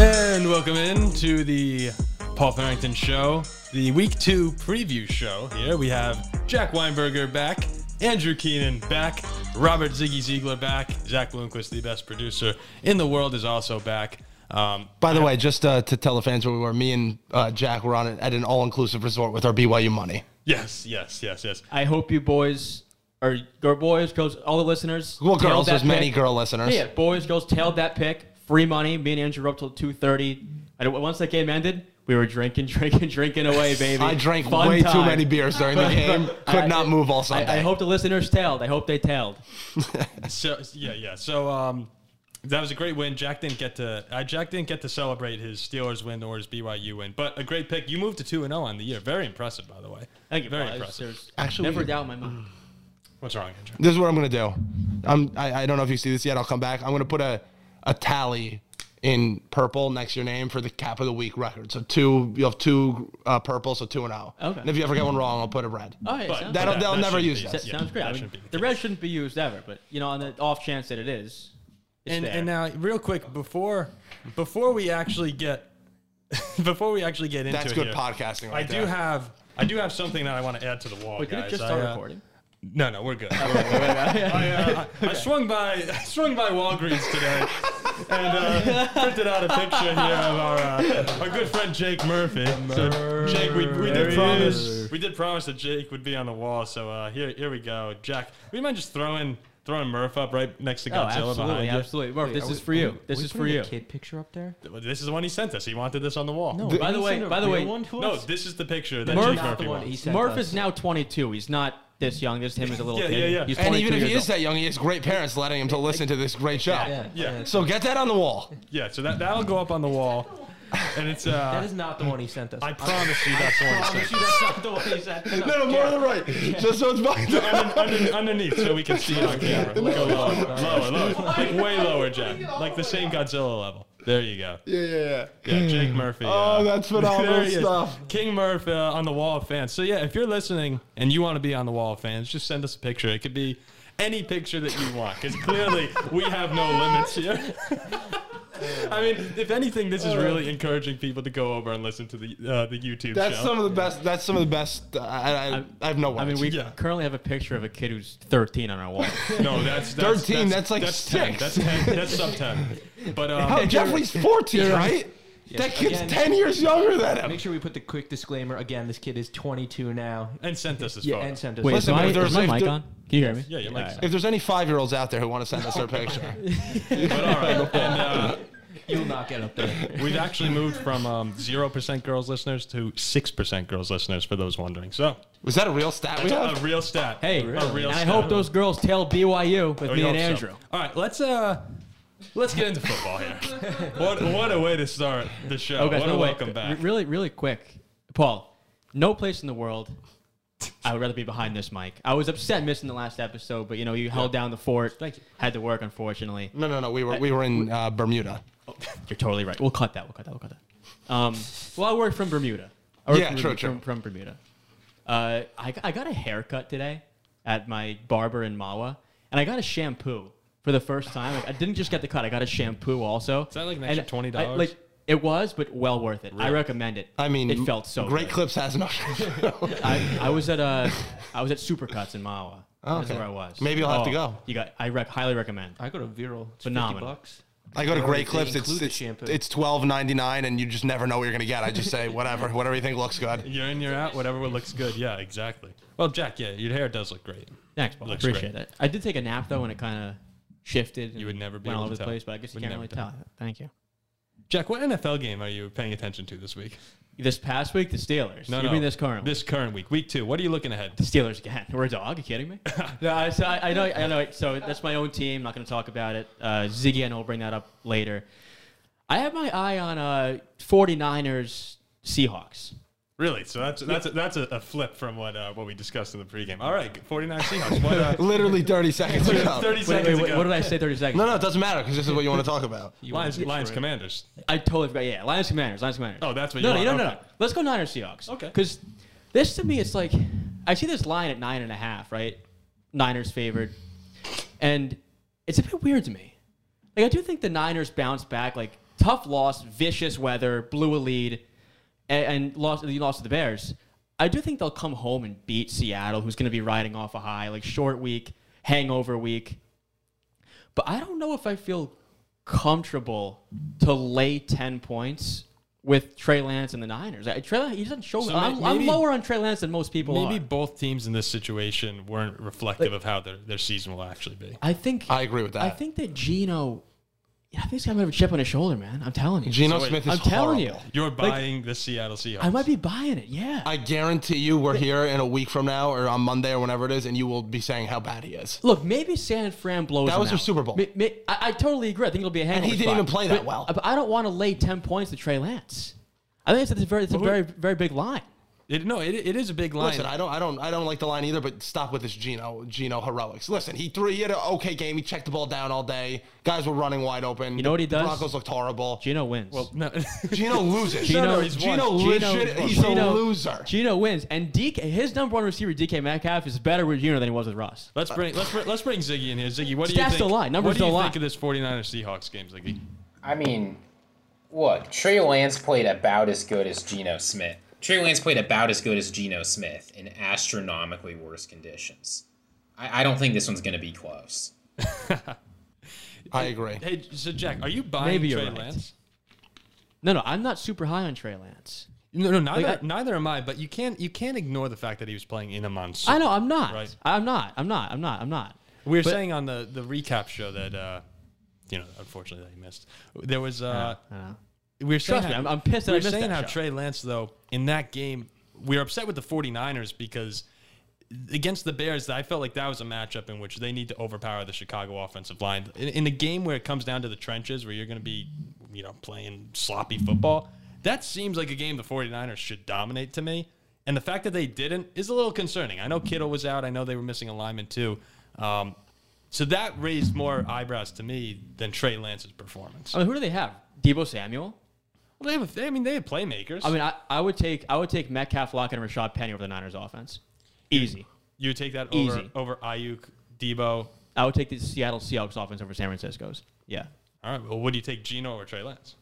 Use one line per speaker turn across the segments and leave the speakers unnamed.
welcome in to the Paul Farrington Show, the Week Two preview show. Here we have Jack Weinberger back, Andrew Keenan back, Robert Ziggy Ziegler back, Zach Bloomquist, the best producer in the world, is also back. Um,
By the way, just uh, to tell the fans where we were, me and uh, Jack were on it at an all-inclusive resort with our BYU money.
yes, yes, yes, yes.
I hope you boys or girl boys, girls, all the listeners.
Well,
tailed
girls,
that
there's many
pick.
girl listeners.
Yeah, yeah, boys, girls tailed that pick. Free money. Me and Andrew were up till two thirty. And once that game ended, we were drinking, drinking, drinking away, baby.
I drank
Fun
way too
time.
many beers during the
But-
game.
but
Could
I-
not move all
I,
Sunday.
I hope the listeners tailed. I hope they tailed.
So yeah, yeah. So um, that was a great win. Jack didn't get to. Uh, Jack didn't get to celebrate his Steelers win or his BYU win, but a great pick. You moved to two and zero on the year. Very impressive, by the way.
Thank you.
Very
Paul.
impressive. Mm.
There's
Actually,
never
we-
a doubt in my mind.
What's wrong, Andrew?
This is what I'm gonna do. I'm, I, I don't know if you see this yet. I'll come back. I'm gonna put a, a tally in purple next to your name for the cap of the week record. So two, you have two uh, purple, so two and zero.
Okay. Oh.
And if you ever get one wrong, I'll put a red.
All right,
But
sounds,
That'll-
that-
they'll
that
never
shouldn't
use
be-
that.
yeah,
sounds great.
that
I mean,
shouldn't be
the red shouldn't be used ever, but you know, on the off chance that it is, it's
and,
there.
and now, real quick, before before we actually get before we actually get into
That's
it
good
here,
podcasting.
I
Right
do
there.
have I do have something that I want to add to the wall,
Wait, did
guys.
it just
I,
start
uh,
recording?
No, no, we're good. I, uh, I swung by I swung by Walgreens today and uh, printed out a picture here of our uh, our good friend Jake Murphy. So Jake, we, we
There
did
he
promise we did promise that Jake would be on the wall. So uh, here here we go, Jack. Would you mind just throwing throwing Murph up right next to
Oh,
Godzilla
absolutely,
behind
absolutely. Murph, this
Are
is
we-
for
are
you.
we-
This
are we
is for
putting
you.
the kid picture up there.
you? This is the one he sent us. He wanted this on the wall.
The-
By the
He
way,
sent a
by the
real
way,
one to
No,
us?
this is the picture that
Murph-
Jake
Not
Murphy
the one
wants.
he sent
Murph
us.
is now 22. He's not this young. This is him as a little
Yeah,
kid.
yeah, yeah.
He's
And
22
even if he
years
is that young, he has great parents letting him to listen to this great show.
yeah,
Yeah.
yeah.
So get that on the wall.
Yeah, so that that'll go up on the wall, and it's uh.
that is not the one he sent us.
I promise you that's the one he sent.
promise you that's not the one he sent us.
No, no, more on the right. Just so it's back.
Under- under- underneath, so we can see it on camera. Go lower, lower, lower, like way lower, Jack. Like the same Godzilla level. There you go.
Yeah, yeah, yeah.
Yeah, Jake Murphy.
Mm.
uh,
Oh, that's phenomenal
there he is.
stuff.
King Murph uh, on the Wall of Fans. So yeah, if you're listening and you want to be on the Wall of Fans, just send us a picture. It could be any picture that you want, because clearly we have no limits here. I mean, if anything, this
Uh.
is really encouraging people to go over and listen to the uh, the YouTube
That's
show.
some of the best. That's some of the best. uh, I, I, I, have no
old.
words.
I mean, we
Yeah.
currently have a picture of a kid who's 13 on our wall.
No, that's, that's
13, that's like
that's 10.
six.
That's ten. That's sub ten. But um,
Oh, Jeffrey's 14, right? That kid's
Again-
10 years younger than him.
Make sure we put the quick disclaimer again. This kid is 22 now.
and sent us his
Yeah,
photo.
and sent us.
Wait,
Listen,
is my,
if there's-
is my
if
mic
there-
on? Can you hear me?
Yeah, your mic's
All
on.
If there's any five year olds out there who want to send us their picture,
but all right, and uh,
You'll not get up there.
we've actually moved from um, zero percent girls listeners to six percent girls listeners. For those wondering, so
was that a real stat we
a
have?
real stat.
Hey,
a real. Oh,
and I
stat.
hope those girls tail BYU with
We
me
hope
and
so.
Andrew.
All right, let's uh. Let's get into football here. what, what a way to start the show.
Oh, guys,
what
no,
a
wait.
welcome
Re-
back.
Really, really quick, Paul. No place in the world. I would rather be behind this mic. I was upset missing the last episode, but you know you held down the fort.
Thank you.
Had to work, unfortunately.
No, no, no. We were we were in uh, Bermuda.
You're totally right. We'll cut that. We'll cut that. We'll cut that. Um, well, I work from Bermuda. I work
Yeah,
from,
true,
Bermuda-
true.
From, from Bermuda. Uh, I, I got a haircut today at my barber in Mawa, and I got a shampoo for the first time. Like, I didn't just get the cut; I got a shampoo also. Is
that like an extra $20?
Like it was, but well worth it. I recommend it.
I mean,
it felt so
Great
good.
Clips has no.
I, I was at uh, I was at Supercuts in Mawa. That's
Oh, okay.
where I was. Oh,
Maybe I'll have to go.
You got. I rec- highly recommend.
I go to Viral. It's
Phenomenal.
50 bucks.
I go to
They
Great Clips.
include
It's
the
it's,
shampoo.
it's twelve ninety nine, and you just never know what you're gonna get. I just say whatever, whatever you think looks good.
You're in, you're out, whatever looks good. Yeah, exactly. Well, Jack, yeah, your hair does look great.
Thanks, Paul.
Looks
Appreciate
great.
it. I did take a nap though, and it kind of shifted. and
would never be
went
able
all
to
over the
tell.
place, but I guess
Would
you can't
never
really
tell.
tell. Thank you.
Jack, what NFL game are you paying attention to this week?
This past week, the Steelers. you mean this current?
This current week, week two. What are you looking ahead?
the Steelers again. We're a dog. You kidding me? no, I, so I, I know. I know. it. So that's my own team. Not going to talk about it. Uh, Ziggy, I know, will bring that up later. I have my eye on uh, 49ers Seahawks.
Really? So that's that's a, that's a, a flip from what uh, what we discussed in the pregame. All right, 49 Seahawks. What, uh,
Literally thirty seconds
30
ago.
Wait,
seconds
wait, wait,
ago.
what did I say? 30 seconds.
No, no, it doesn't matter because this is what you want to talk about.
Lions, Lions Commanders.
I totally forgot. Yeah, Lions Commanders. Lions Commanders.
Oh, that's what
no,
you
No,
want.
no, no,
Okay.
no. Let's go Niners Seahawks.
Okay.
Because this to me, it's like I see this line at nine and a half, right? Niners favored, and it's a bit weird to me. Like I do think the Niners bounce back like tough loss, vicious weather, blew a lead, and, and lost. You lost to the Bears. I do think they'll come home and beat Seattle, who's going to be riding off a high, like short week, hangover week. But I don't know if I feel comfortable to lay ten points with Trey Lance and the Niners. I, Trey, Lance- he doesn't show.
So may-
I'm, I'm
maybe-
lower on Trey Lance than most people
Maybe
are.
both teams in this situation weren't reflective of how their, their season will actually be.
I think
I agree with that.
I think that Gino. I think he's got a bit of a chip on his shoulder, man. I'm telling you.
Geno
So wait,
Smith is
I'm telling you.
horrible.
You're buying the Seattle Seahawks.
I might be buying it. Yeah.
I guarantee you, we're here in a week from now, or on Monday, or whenever it is, and you will be saying how bad he is.
Look, maybe San Fran blows.
That
them
was their
out.
Super Bowl.
Ma- ma- I, I totally agree. I think it'll be a hangover.
he didn't
spot.
even play that
But-
well.
But I don't want to lay ten points to Trey Lance. I think it's a very, it's a very, very big line.
It- no, it, it is a big line.
Listen, I don't, I don't, I don't like the line either. But stop with this Geno, Geno heroics. Listen, he threw, he had an okay game. He checked the ball down all day. Guys were running wide open. You
know what he does?
Broncos looked horrible.
Gino wins. Well,
no.
Geno loses.
No,
Geno-
no, he's
Geno
one.
loses. He's a loser.
Gino wins, and DK, his number one receiver, DK Metcalf, is better with Gino than he was with Ross.
Let's bring let's bring, let's bring Ziggy in here. Ziggy, what do you
Stats
think?
don't lie. Numbers
what do you
don't
think
lie.
of this 49ers Seahawks game, Ziggy?
I mean, look, Trey Lance played about as good as Geno Smith. Trey Lance played about as good as Geno Smith in astronomically worse conditions. I, I don't think this one's going to be close.
I agree.
Hey, so Jack, are you buying
Maybe you're
Trey
right.
Lance?
No, no, I'm not super high on Trey Lance.
No, no, neither
Like, I-
neither am I. But you can't you can't ignore the fact that he was playing in a monsoon.
I know I'm not.
Right.
I'm not. I'm not. I'm not. I'm not.
We were
But-
saying on the the recap show that uh, you know, unfortunately, that he missed. There was uh,
I don't know.
we were saying
Trust me,
how-
I'm- I'm pissed that
we
I
were
missed
saying
that
how
show.
Trey Lance though in that game we were upset with the 49ers because against the Bears I felt like that was a matchup in which they need to overpower the Chicago offensive line in, in a game where it comes down to the trenches where you're going to be you know playing sloppy football that seems like a game the 49ers should dominate to me and the fact that they didn't is a little concerning I know Kittle was out I know they were missing a lineman too um, so that raised more eyebrows to me than Trey Lance's performance.
I mean, who do they have? Debo Samuel.
Well, they have, they, I mean, they have playmakers.
I mean, I, I would take I would take Metcalf, Lockett, and Rashad Penny over the Niners offense. Easy.
You would take that over
Easy.
over Ayuk, Debo.
I would take the Seattle Seahawks offense over San Francisco's. Yeah,
All right. Well, would you take Geno or Trey Lance?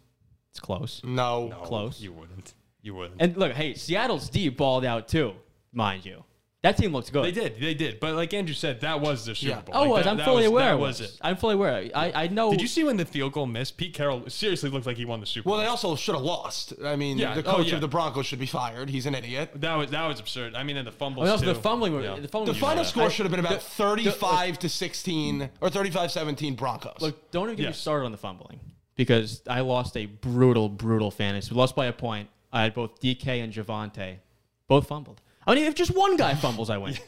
it's close.
Mm.
No,
Close.
Oh, You wouldn't. You wouldn't.
And look, hey, Seattle's D balled out too, mind you. That team looks good.
they did. They did. But like Andrew said, that was their Super
Yeah.
Bowl.
I
Like,
Oh, was.
that-
I'm
that
fully aware.
That
I
was
was.
it.
I'm fully aware. I, I know.
Did you see when the field goal missed? Pete Carroll seriously looked like he won the Super Bowl.
Well, they also should have lost. I mean,
Yeah,
the
oh,
coach
yeah.
of the Broncos should be fired. He's an idiot.
that was that was absurd. I mean, and the
I
fumbles.
mean, also
too.
Oh, the fumbling.
Yeah.
The fumbling.
The
was
final
bad.
score
I-
should have been about
the-
oh.
35 to 16 or 35-17 Broncos.
Look, don't even get me
Yes.
started on the fumbling because I lost a brutal, brutal fantasy. We lost by a point. I had both DK and Javante, both fumbled. I mean, if just one guy fumbles, I win.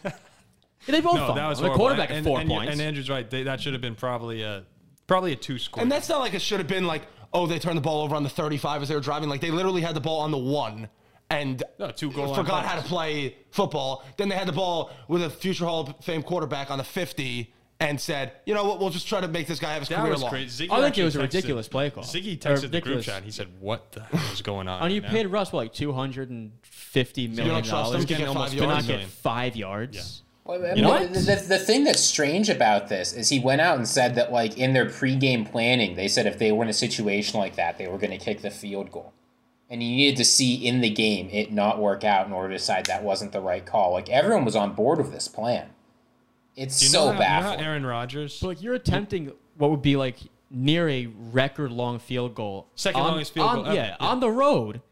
They both
No,
fumbled.
that was
the
horrible.
quarterback
and,
had four
and, and,
points.
And Andrew's right. They, that should have been probably a probably a two score.
and that's not like it should have been like, oh, they turned the ball over on the 35 as they were driving. Like they literally had the ball on the one and
No, two goal line
forgot how to
plays.
play football. Then they had the ball with a future Hall of Fame quarterback on the 50 and said, you know what, we'll just try to make this guy have his
that
career
was
long.
crazy. Ziggy
I think
actually
it was a
texted-
ridiculous play call.
Ziggy
Or
texted the group
ridiculous-
chat. And he said, "what the hell is going on?
And you
right now?"
paid Russ what, like two hundred and fifty million
don't trust him
dollars
to get
almost
five
to
yards?
not
million.
get five yards.
Well, I
know
mean,
what?
The, the, the thing that's strange about this is he went out and said that, like, in their pregame planning, they said if they were in a situation like that, they were going to kick the field goal. And you needed to see in the game it not work out in order to decide that wasn't the right call. Like, everyone was on board with this plan. It's
Do you know how,
so
you know how
baffling.
Aaron Rodgers.
But like you're attempting what would be like near a record long field goal,
Second longest field
on-
goal ever.
yeah,
Yeah.
on the road,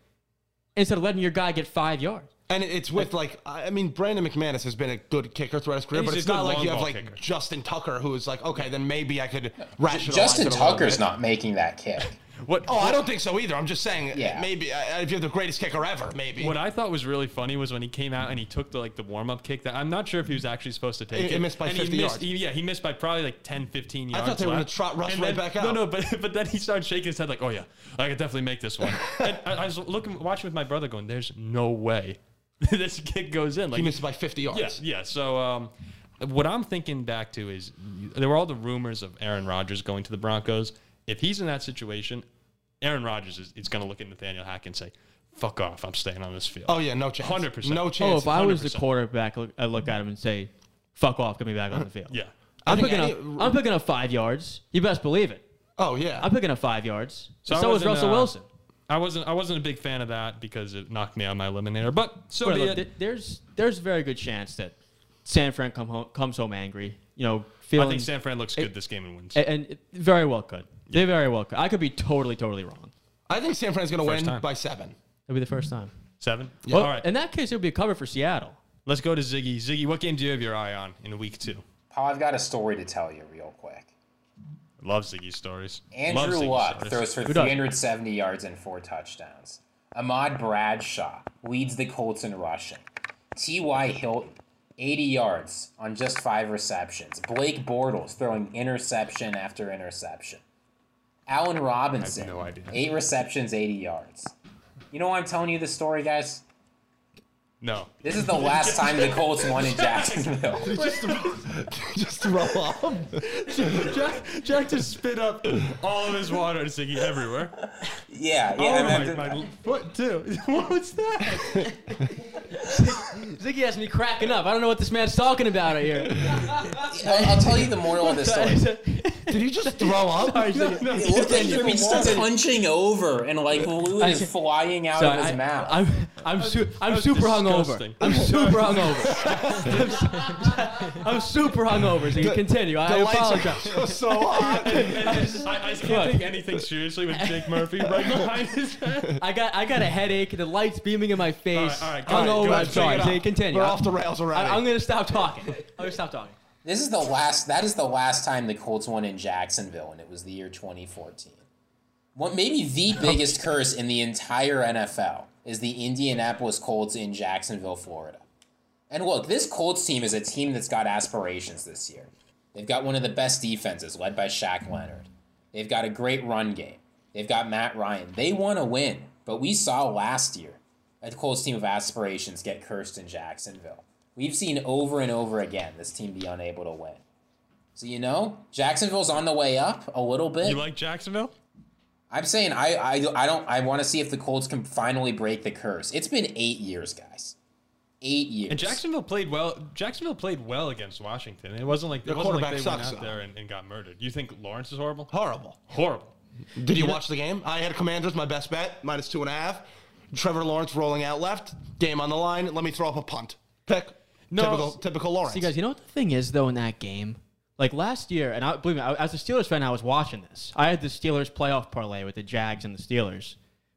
instead of letting your guy get five yards.
And it's with like I I mean Brandon McManus has been a good kicker throughout his career,
He's
but
a
it's
good
not like
long
you have
ball
like
kicker.
Justin Tucker who is like okay then maybe I could rationalize.
Justin
it a little
Tucker's
bit.
not making that kick.
What?
Oh, I don't think so either. I'm just saying
Yeah.
maybe uh, if you're the greatest kicker ever, maybe
What I thought was really funny was when he came out and he took the like the warm up kick that I'm not sure if he was actually supposed to take it.
It- it missed by
and
50
he missed,
yards.
he- yeah, he missed by probably like 10, 15 yards.
thought they were
left.
gonna trot Russ
And
right
then-
back
No,
out.
no, but but then he started shaking his head like, oh yeah, I could definitely make this one. and I, I was looking, watching with my brother, going, "There's no way this kick goes in." Like
he missed by 50 yards.
Yeah, yeah. So um, what I'm thinking back to is there were all the rumors of Aaron Rodgers going to the Broncos. If he's in that situation, Aaron Rodgers is, is going to look at Nathaniel Hack and say, "Fuck off! I'm staying on this field."
Oh yeah, no chance.
100%.
No
Oh,
chance.
if I was the
100%.
quarterback, look- I'd look at him and say, "Fuck off, get me back on the field."
yeah.
I'm
I think
picking
any-
up. I'm picking up five yards. You best believe it.
Oh yeah.
I'm picking up five yards.
So
So,
I
was
wasn't,
Russell
uh,
Wilson.
I wasn't I wasn't a big fan of that because it knocked me out of my eliminator. But so
But
be
look,
it.
th- there's there's a very good chance that San Fran come home, comes home angry. You know, feeling
I think San Fran looks good
it-
this game and wins.
and, and it very well could. They very well could. I could be totally totally wrong.
I think San Fran's going to
First
win
time.
by seven.
It'll be the first time.
Seven.
Well,
All right.
In that case, it would be a cover for Seattle.
Let's go to Ziggy. Ziggy, what game do you have your eye on in week two?
Paul, I've got a story to tell you real quick.
Love Ziggy stories. Love
Andrew
Ziggy
Luck
stories.
throws for
Who does?
370 yards and four touchdowns. Ahmad Bradshaw leads the Colts in rushing. T.Y. Hilton, 80 yards on just five receptions. Blake Bortles throwing interception after interception. Allen Robinson,
no idea.
eight receptions, 80 yards. You know why I'm telling you this story, guys?
No.
This is the last time the Colts won in Jacksonville.
Just throw off.
Jack, Jack just spit up all of his water and Ziggy everywhere.
Yeah, yeah.
Oh,
and
my,
then-
my foot too. what was that?
Ziggy has me cracking up. I don't know what this man's talking about right here.
I'll, I'll tell you the moral of this story.
Did he just throw up?
Ziggy.
No,
It looked like he was just punching over and like fluid
I-
is flying out
So
of his
I,
mouth.
am I'm, su- I'm
was
super
disgusting.
hungover. I'm super hungover. I'm, su- I'm super hungover. So you continue. I
The lights are
apologize.
just so hot.
I, I can't take anything seriously with Jake Murphy right behind his head.
I got I got a headache. The lights beaming in my face.
All right, all right, go
hungover.
ahead,
I'm
go
sorry.
ahead, take
So
it
you
off.
continue.
We're off the rails already.
I, am gonna stop talking. I'm gonna stop talking.
This is the last. That is the last time the Colts won in Jacksonville, and it was the year 2014. What maybe the biggest curse in the entire NFL is the Indianapolis Colts in Jacksonville, Florida. And look, this Colts team is a team that's got aspirations this year. They've got one of the best defenses, led by Shaq Leonard. They've got a great run game. They've got Matt Ryan. They want to win, but we saw last year a Colts team of aspirations get cursed in Jacksonville. We've seen over and over again this team be unable to win. So you know, Jacksonville's on the way up a little bit.
You like Jacksonville?
I'm saying I I, I don't I want to see if the Colts can finally break the curse. It's been eight years, guys. Eight years.
And Jacksonville played well. Jacksonville played well against Washington. It wasn't like it
Their
wasn't like
quarterback
they
sucks,
went out
though.
there and, and got murdered. You think Lawrence is horrible?
Horrible.
Horrible.
Did you watch the game? I had Commanders, my best bet, minus two and a half. Trevor Lawrence rolling out left. Game on the line. Let me throw up a punt. Pick.
No.
Typical, typical Lawrence.
See, guys, you know what the thing is though in that game, like last year, and I believe me, I, as a Steelers fan, I was watching this. I had the Steelers playoff parlay with the Jags and the Steelers.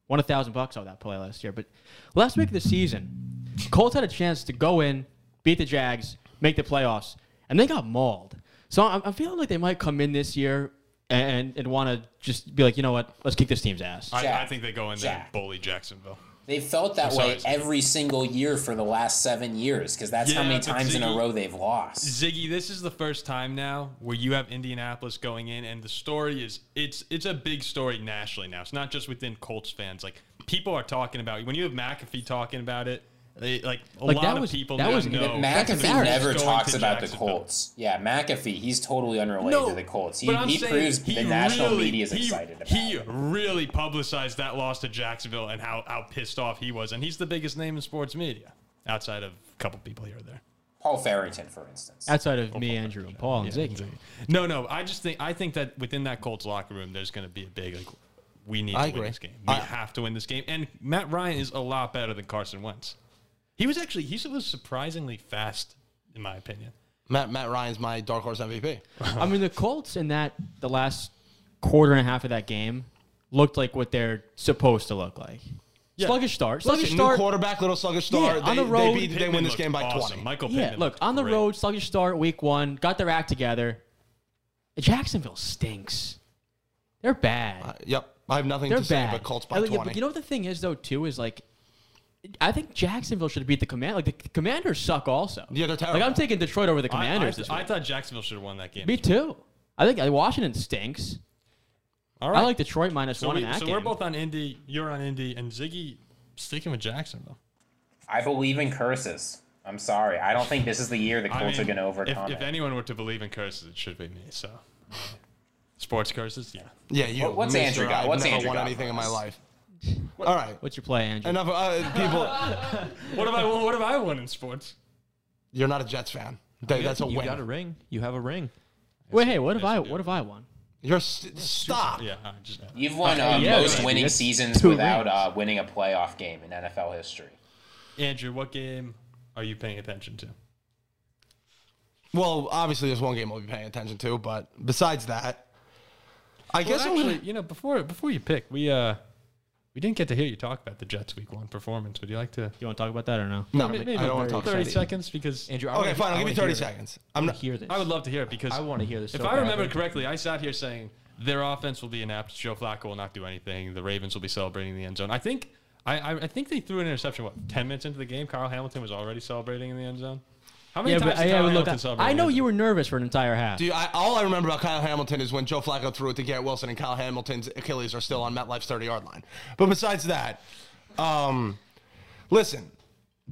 Won a thousand bucks on that parlay last year, but last week of the season, Colts had a chance to go in, beat the Jags, make the playoffs, and they got mauled. So I'm, I'm feeling like they might come in this year and and want to just be like, you know what, let's kick this team's ass.
I, I
Jack.
think they go in there and
Jack.
bully Jacksonville.
They felt that
sorry,
way
Ziggy.
every single year for the last seven years because that's how
Yeah,
many
but
times in a
Ziggy-
row they've lost.
Ziggy, this is the first time now where you have Indianapolis going in, and the story is it's it's a big story nationally now. It's not just within Colts fans. Like people are talking about it. when you have McAfee talking about it. They, like a
Like,
lot
that
of
was-
people
that
don't
was-
know.
McAfee
Jacksonville's
never
going
talks
to
about the
Jacksonville.
Colts. Yeah, McAfee, he's totally unrelated to the Colts. He,
but I'm
he
saying
proves
he
the national
really-
media is
he-
excited about.
He
it.
really publicized that loss to Jacksonville and how, how pissed off he was. And he's the biggest name in sports media outside of a couple people here or there.
Paul Farrington, for instance.
Outside of me, Andrew, and Paul, and Ziggy.
No, no. I just think I think that within that Colts locker room, there's going to be a big like we need
I
to
agree.
win this game. We
I-
have to win this game. And Matt Ryan is a lot better than Carson Wentz. He was actually he was surprisingly fast in my opinion.
Matt, Matt Ryan's my dark horse MVP.
I mean, the Colts in that the last quarter and a half of that game looked like what they're supposed to look like. Sluggish start, sluggish
Listen, new
start.
quarterback, little sluggish star.
Yeah,
they,
on the road,
they, beat, they
Pittman
win this
looked
game by
awesome.
20.
Michael
yeah,
Pittman
look
looked
on the
great.
road, sluggish start. Week one, got their act together. Jacksonville stinks. They're bad.
Yep. I have nothing
They're
to say
bad.
but Colts by
I mean, yeah,
20.
but you know what the thing is though too is like, I think Jacksonville should beat the command. Like the Commanders suck also.
Yeah, they're
Like I'm
terrible.
taking Detroit over the
I- I-
Commanders. this
I,
week.
thought Jacksonville should have won that game.
Me too. I think uh, Washington stinks.
All right.
I like Detroit minus
so
one
we,
in that
so
game.
we're both on Indy. You're on Indy, and Ziggy sticking with Jacksonville.
I believe in curses. I'm sorry. I don't think this is the year the
I
Colts
mean,
are going to overcome
If, if
it.
anyone were to believe in curses, it should be me. So, sports curses, yeah.
yeah, you.
What- what's
Mr.
Andrew got?
I've
What's
never
Andrew
won
got
anything
for
in my
us?
life. All right.
What's your play, Andrew?
Enough uh, people.
What have I won? What have I won in sports?
You're not a Jets fan. That- that's a
you
win.
got a ring. You have a ring.
Wait, hey, what have
Yes,
I?
you do.
What have I won?
You're s- stop.
Yeah, I just
You've won uh,
yeah,
most
man,
winning
that's
seasons
two
without uh, winning a playoff game in NFL history.
Andrew, what game are you paying attention to?
Well, obviously, there's one game I'll be paying attention to, but besides that, I guess I'm
actually,
gonna-
you know, before before you pick, we uh we didn't get to hear you talk about the Jets week one performance. Would you like to
You want to talk about that or no?
no,
May-
I don't want to talk
thirty
about it.
seconds because
Andrew, I
Okay,
wanna-
fine.
I
I'll give
wanna
you 30
hear this.
seconds. I'm
I
not.
hear this.
I would love to hear it because
I want to hear this.
if
so
I remember
badly.
correctly, I sat here saying their offense will be inept. Joe Flacco will not do anything. The Ravens will be celebrating in the end zone. I think I, I, I think they threw an interception. What ten minutes into the game, Carl Hamilton was already celebrating in the end zone. How many
Yeah,
times?
but
did
yeah,
Kyle
but look,
Hamilton
I,
celebrate
I
in the
know
end
you
zone?
were nervous for an entire half.
Do you- I, all I remember about Kyle Hamilton is when Joe Flacco threw it to Garrett Wilson, and Kyle Hamilton's Achilles are still on MetLife's 30 yard line. But besides that, um, listen,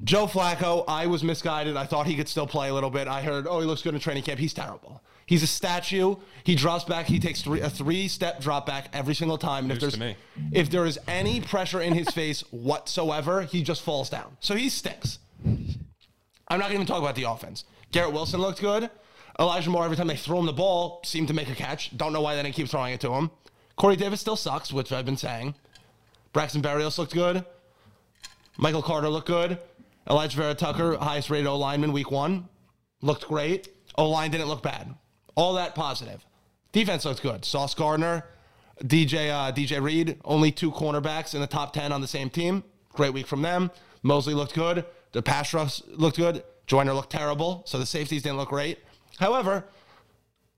Joe Flacco, I was misguided. I thought he could still play a little bit. I heard, oh, he looks good in training camp. He's terrible. He's a statue. He drops back. He takes three, a three-step drop back every single time. And if
News
there's
to
if there is any pressure in his face whatsoever, he just falls down. So he stinks. I'm not gonna even talking about the offense. Garrett Wilson looked good. Elijah Moore, every time they throw him the ball, seemed to make a catch. Don't know why they didn't keep throwing it to him. Corey Davis still sucks, which I've been saying. Braxton Berrios looked good. Michael Carter looked good. Elijah Vera Tucker, highest rated O lineman week one, looked great. O line didn't look bad. All that positive. Defense looked good. Sauce Gardner, DJ uh, DJ Reed, only two cornerbacks in the top ten on the same team. Great week from them. Mosley looked good. The pass rush looked good. Joyner looked terrible. So the safeties didn't look great. However,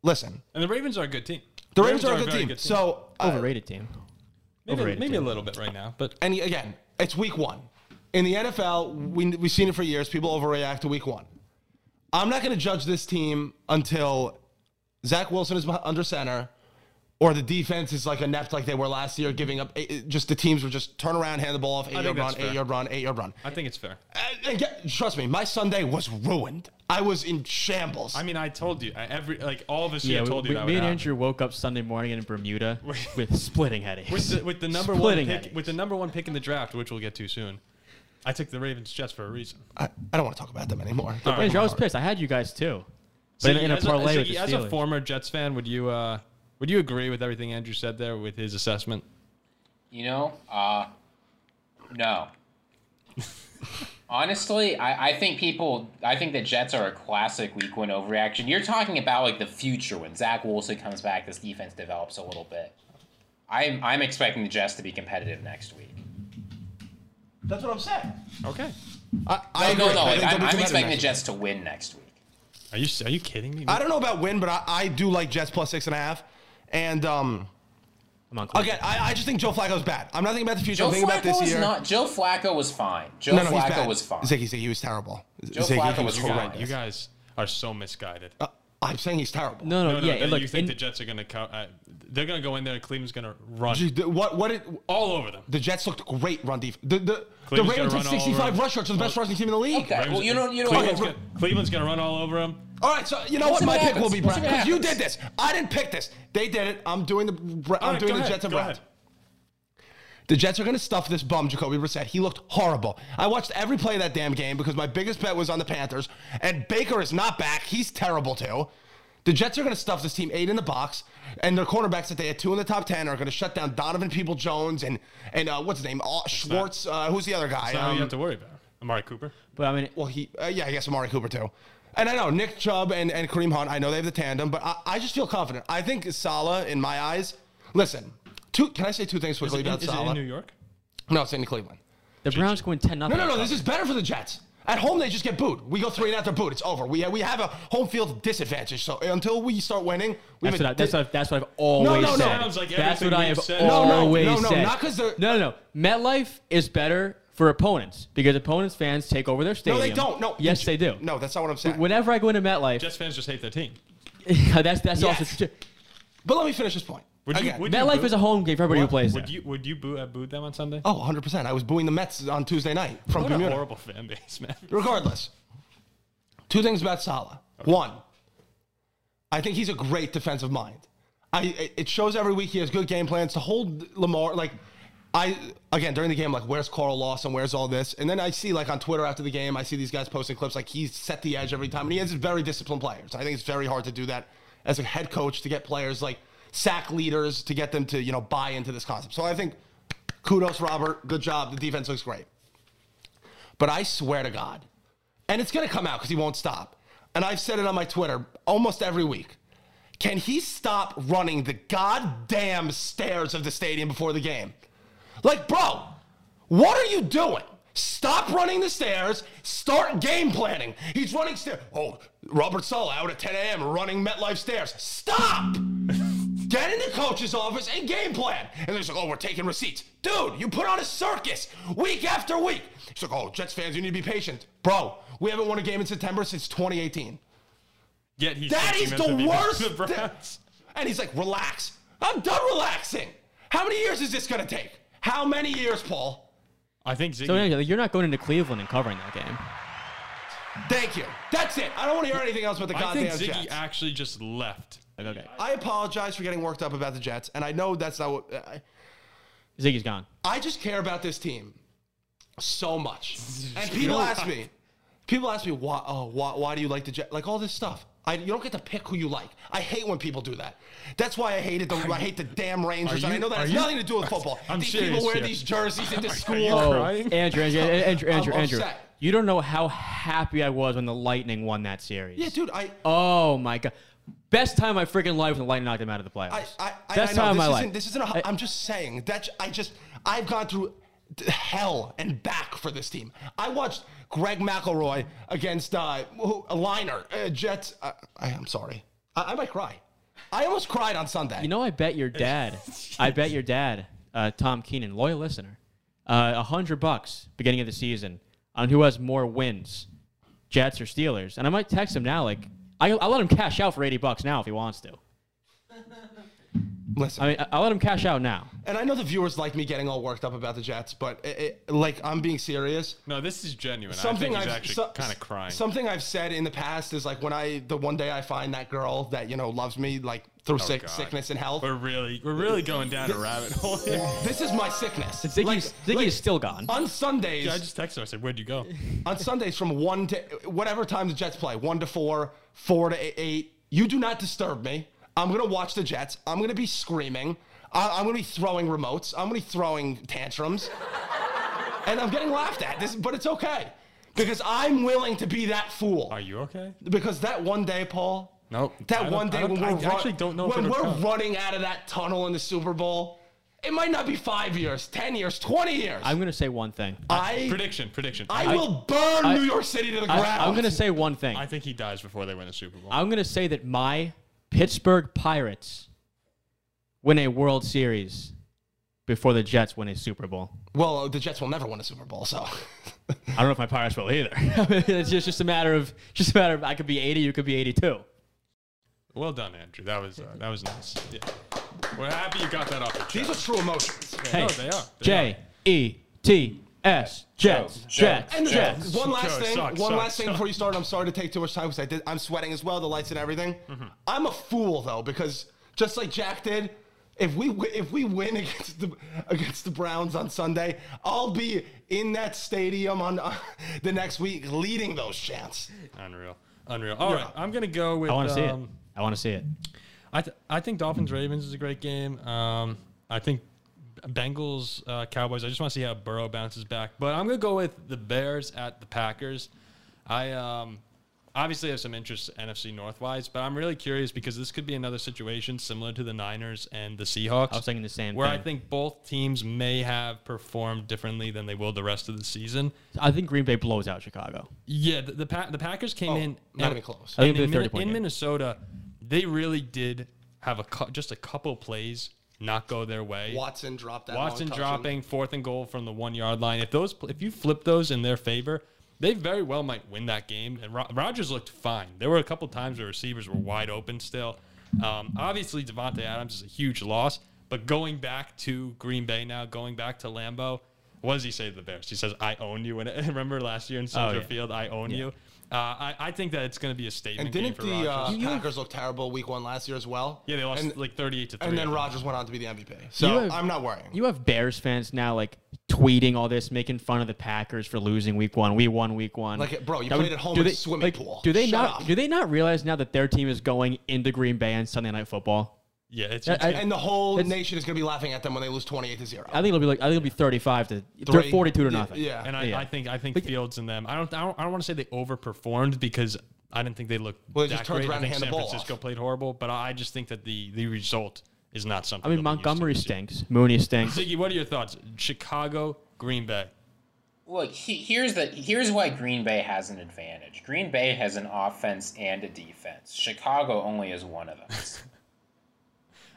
listen,
and the Ravens are a good team.
the Ravens, are a good
very
team. So uh,
Overrated team.
maybe,
overrated
maybe a
team.
little bit right now, but
and again, it's week one. In the NFL, we, we've seen it for years. People overreact to week one. I'm not going to judge this team until Zach Wilson is beh- under center or the defense is like inept like they were last year, giving up eight, it- just the teams were just turn around, hand the ball off, eight
think
yard run,
that's fair.
eight yard run, eight yard run.
I think it's fair.
And- and get- trust me, my Sunday was ruined. I was in shambles.
I mean, I told you I, every like all this year.
Yeah,
I told
we,
you
we-
that
me
would
and
happen.
Andrew woke up Sunday morning in Bermuda with splitting headaches.
with the, with the number
Splitting
one pick,
headaches.
with the number one pick in the draft, which we'll get to soon. I took the Ravens Jets for a reason.
I, I don't want to talk about them anymore.
Yeah, Andrew, I was pissed. I had you guys too, but in, in a
as
parlay
so
with the
as
Steelers.
a former Jets fan, would you uh, would you agree with everything Andrew said there with his assessment?
You know, uh, no. Honestly, I, I think people, I think the Jets are a classic week one overreaction. You're talking about like the future when Zach Wilson comes back, this defense develops a little bit. I'm, I'm expecting the Jets to be competitive next week.
That's what I'm saying.
Okay.
I,
No,
I
Oh, no,
agree.
no.
I think
Like,
they'll
I'm,
be
I'm
competitive
expecting the
next
Jets to win next week.
Are you s- are you kidding me?
I don't know about win, but I, I do like Jets plus six and a half. And um,
Come on,
again,
Cleveland.
I, I just think Joe Flacco's bad. I'm not thinking about the future.
Joe
I'm thinking
Flacco
about this
was
year.
not. Joe Flacco was fine. Joe
no, no, he's
Flacco
bad.
was fine.
Ziggy, Ziggy, he was terrible.
Joe
Ziggy,
Flacco
he
was
you, guys,
horrendous.
you guys are so misguided.
Uh, I'm saying he's terrible.
no, no,
no, no,
yeah,
that
look,
you think
in-
the Jets are going to co- uh, they're going to go in there and Cleveland's going to run
Dude, the- What? What? Did,
all over them.
the Jets looked great run defense. The the, the
Cleveland's
Ravens
gonna
had
run all
65
over. Oh.
rush yards, so the best rushing team in the league.
Okay, well, you don't. You don't.
Cleveland's gonna, Cleveland's going to run all over them.
All right, so you know what?
see
My
what
pick will be
happens. Let's
Browns.
see what
because You did
happens.
this. I didn't pick this. They did it. I'm doing the. Bra- I'm doing the Jets and Browns. The Jets are going to stuff this bum, Jacoby Brissett. He looked horrible. I watched every play of that damn game because my biggest bet was on the Panthers, and Baker is not back. He's terrible too. The Jets are going to stuff this team eight in the box, and their cornerbacks that they had two in the top ten are going to shut down Donovan People Jones and and uh, what's his name uh, Schwartz. Uh, who's the other guy?
Now you
Um,
have to worry about Amari Cooper.
but I mean,
well, he uh, yeah, I guess Amari Cooper too. And I know Nick Chubb and, and Kareem Hunt. I know they have the tandem, but I, I just feel confident. I think Salah, in my eyes, listen. Two, can I say two things
Is
quickly
it, in,
about
is it
Salah?
in New York?
No, it's in Cleveland.
the Browns going ten
No,
nothing.
no, no. This is better for the Jets. At home, they just get booed. We go three and out, they're booed. It's over. We we have a home field disadvantage. So uh, until we start winning, we have
That's what,
a
I, that's,
di-
what I've, that's what I've always
no, no.
said.
Sounds like
that's
everything
what I have
we've said. No,
no,
always
no, no,
said.
not 'cause they're-
no, no, no. MetLife is better for opponents because opponents' fans take over their
no,
stadium.
they don't. No,
yes, they do.
No, that's not what I'm saying.
Whenever I go into MetLife,
Jets fans just hate their team.
that's that's
Yes.
also true.
but let me finish this point.
Would you,
Again.
would you
MetLife
boo-
is a home game for everybody who plays
Would
there.
you would you boo have booed them on Sunday?
oh, 100 percent. I was booing the Mets on Tuesday night from
what a
Bermuda.
horrible fan base, man.
Regardless, two things about Salah. One, I think he's a great defensive mind. I it shows every week he has good game plans to hold Lamar like. I again during the game like where's Carl Lawson where's all this and then I see like on Twitter after the game I see these guys posting clips like he's set the edge every time and he has very disciplined players I think it's very hard to do that as a head coach to get players like sack leaders to get them to you know buy into this concept. So I think kudos, Robert. Good job. The defense looks great. But I swear to God, and it's going to come out because he won't stop. And I've said it on my Twitter almost every week. Can he stop running the goddamn stairs of the stadium before the game? Like, bro, what are you doing? Stop running the stairs. Start game planning. He's running stairs. Oh, Robert Sala out at 10 a.m. running MetLife stairs. Stop! Get in the coach's office and game plan. And they're like, oh, we're taking receipts. Dude, you put on a circus week after week. He's like, oh, Jets fans, you need to be patient. Bro, we haven't won a game in September since 2018.
Yet he's
That
thinking
is
of
the
beat
worst.
The
thi-
Browns.
and he's like, relax. I'm done relaxing. How many years is this going to take? How many years, Paul?
I think Ziggy.
So yeah, like, you're not going into Cleveland and covering that game.
Thank you. That's it. I don't want to hear anything else about the
I
goddamn
think Ziggy
Jets.
actually just left.
Like, okay,
I apologize for getting worked up about the Jets, and I know that's not what. uh, I,
Ziggy's gone.
I just care about this team so much. And people ask me, people ask me, why, oh, why, why do you like the Jets? Like all this stuff. I, you don't get to pick who you like. I hate when people do that. That's why I hated the I hate the damn Rangers. and I
you-
know that
are
has
you-
nothing to do with football.
I'm
these
serious
people wear
here.
these jerseys into school.
you
Oh,
Crying?
Andrew, Andrew, Andrew, Andrew,
I'm
Andrew.
upset.
You don't know how happy I was when the Lightning won that series.
Yeah, dude. I
Oh my god. Best time of my freaking life when the Lightning knocked him out of the playoffs.
I, I, I,
Best
I know
time of
this
my
isn't,
life.
This isn't. A, I'm just saying that I just I've gone through d- hell and back for this team. I watched Greg McElroy against uh, who, a liner uh, Jets. Uh, I, I'm sorry. I, I might cry. I almost cried on Sunday.
You know, I bet your dad. I bet your dad, uh, Tom Keenan, loyal listener, uh, a hundred bucks beginning of the season on who has more wins, Jets or Steelers. And I might text him now. Like I, I'll let him cash out for eighty bucks now if he wants to.
Listen,
I mean, I- I'll let him cash out now.
and I know the viewers like me getting all worked up about the Jets, but it, it, like I'm being serious.
No, this is genuine.
something
I
I've
think he's actually
so-
kind of crying.
Something I've said in the past is like when I the one day I find that girl that you know loves me like through sick,
Oh, God.
sickness and health.
we're really, we're really going down a rabbit hole. here.
This is my sickness.
Ziggy's, Ziggy is still gone.
on Sundays.
I just texted her. I said, "Where'd you go?"
on Sundays from one to whatever time the Jets play, one to four, four to eight. eight you do not disturb me. I'm gonna watch the Jets. I'm gonna be screaming. I, I'm gonna be throwing remotes. I'm gonna be throwing tantrums, and I'm getting laughed at. This, but it's okay because I'm willing to be that fool.
Are you okay?
Because that one day, Paul.
Nope. I
That
don't-
one
I
day
don't-
when we're
I
run-
actually don't know if
when
it'll
we're
come.
running out of that tunnel in the Super Bowl. It might not be five years, ten years, twenty years.
I'm gonna say one thing.
I
Prediction, prediction.
I, will burn
I-
New York City to the ground.
I, am gonna say one thing.
I think he dies before they win the Super Bowl.
I'm going to say that my Pittsburgh Pirates win a World Series before the Jets win a Super Bowl.
Well, the Jets will never win a Super Bowl, so
I don't know if my Pirates will either. it's just, just a matter of just a matter of I could be 80, you could be 82.
Well done, Andrew. That was uh, that was nice. Yeah. We're happy you got that off your
these are
chest.
true emotions.
Hey,
no, they are. They
J E T S Jets
Joe, Joe,
Jets
And the
Jets.
Jets. One last
Sucks,
thing.
sucks,
one
sucks,
last thing before you start. I'm sorry to take too much time because I did. I'm sweating as well. The lights and everything. I'm a fool though because just like Jack did, if we wi- if we win against the against the Browns on Sunday, I'll be in that stadium on uh, the next week leading those chants.
Unreal. Unreal. All right, I'm gonna go with.
I want to see it.
um,
I want to see it.
I th- I think Dolphins Ravens is a great game. Um, I think Bengals uh, Cowboys. I just want to see how Burrow bounces back. But I'm gonna go with the Bears at the Packers. I um, obviously have some interest NFC North wise, but I'm really curious because this could be another situation similar to the Niners and the Seahawks.
I was thinking the same
where I
thing.
think both teams may have performed differently than they will the rest of the season.
I think Green Bay blows out Chicago.
Yeah, the the, pa- the Packers came
Oh,
in
not
and-
even close.
I think
and in,
it'll be a
Min-
30-point
in
game.
Minnesota, they really did have a cou- just a couple plays not go their way.
Watson dropped that. long
Watson
touchdown.
dropping fourth and goal from the one yard line. If those pl- if you flip those in their favor, they very well might win that game. And Ro- Rodgers looked fine. There were a couple times where receivers were wide open still. Um, obviously, Devonte Adams is a huge loss. But going back to Green Bay now, going back to Lambeau, what does he say to the Bears? He says, "I own you." And remember last
Oh,
year in Soldier
yeah.
Field, "I own you." Uh, I, I think that it's going to be a statement
And didn't
game for
the uh,
Rodgers.
Packers look terrible week one last year as well?
yeah, they lost
And-
like thirty-eight to three. I
And then
think.
Rodgers went on to be the MVP. So
You have-
I'm not worrying.
You have Bears fans now like tweeting all this, making fun of the Packers for losing Week One. We won Week One.
Like, bro, you
That
played at home in a swimming pool.
Do they
Shut
not?
up.
Do they not realize now that their team is going into Green Bay on Sunday Night Football?
Yeah, it's,
I-
it's
I-
And the whole
It's-
nation is going to be laughing at them when they lose 28 to 0.
I think it'll be like I think it'll be 35 to
Three.
42 to
Yeah,
nothing.
yeah.
and I,
Yeah.
I think I think Fields and them. I don't I don't, I don't want to say they overperformed because I didn't think they looked
Well, they
that
just turned
great.
around
I
and
think
handed
San
the ball
Francisco
off.
played horrible, but I I just think that the the result is not something.
I
they'll
mean
be used to
Montgomery
this year.
stinks. Mooney stinks.
Ziggy, what are your thoughts? Chicago, Green Bay.
Look, he, here's the here's why Green Bay has an advantage. Green Bay has an offense and a defense. Chicago only has one of them.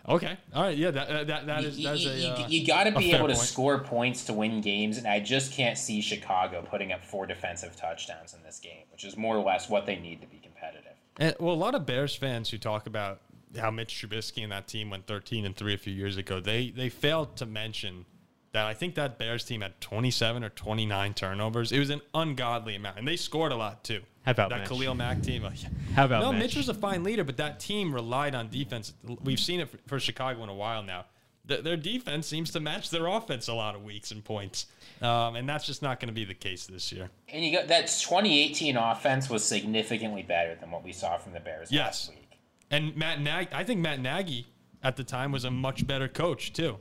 Okay, all right, yeah, that that- that, that is
you,
that's a. uh,
got to be
fair
able to
point.
score points to win games, and I just can't see Chicago putting up four defensive touchdowns in this game, which is more or less what they need to be competitive.
And, well, a lot of Bears fans who talk about how Mitch Trubisky and that team went 13 and 3 a few years ago, they they failed to mention that I think that Bears team had 27 or 29 turnovers. It was an ungodly amount, and they scored a lot too.
How about
that
Mitch?
Khalil Mack team? oh,
How about
no?
Mitch?
Mitch was a fine leader, but that team relied on defense. We've seen it for, for Chicago in a while now. Th- their defense seems to match their offense a lot of weeks and points, um, and that's just not going to be the case this year.
And you got that 2018 offense was significantly better than what we saw from the Bears
Yes.
last week.
And Matt Nagy, I think Matt Nagy at the time was a much better coach too.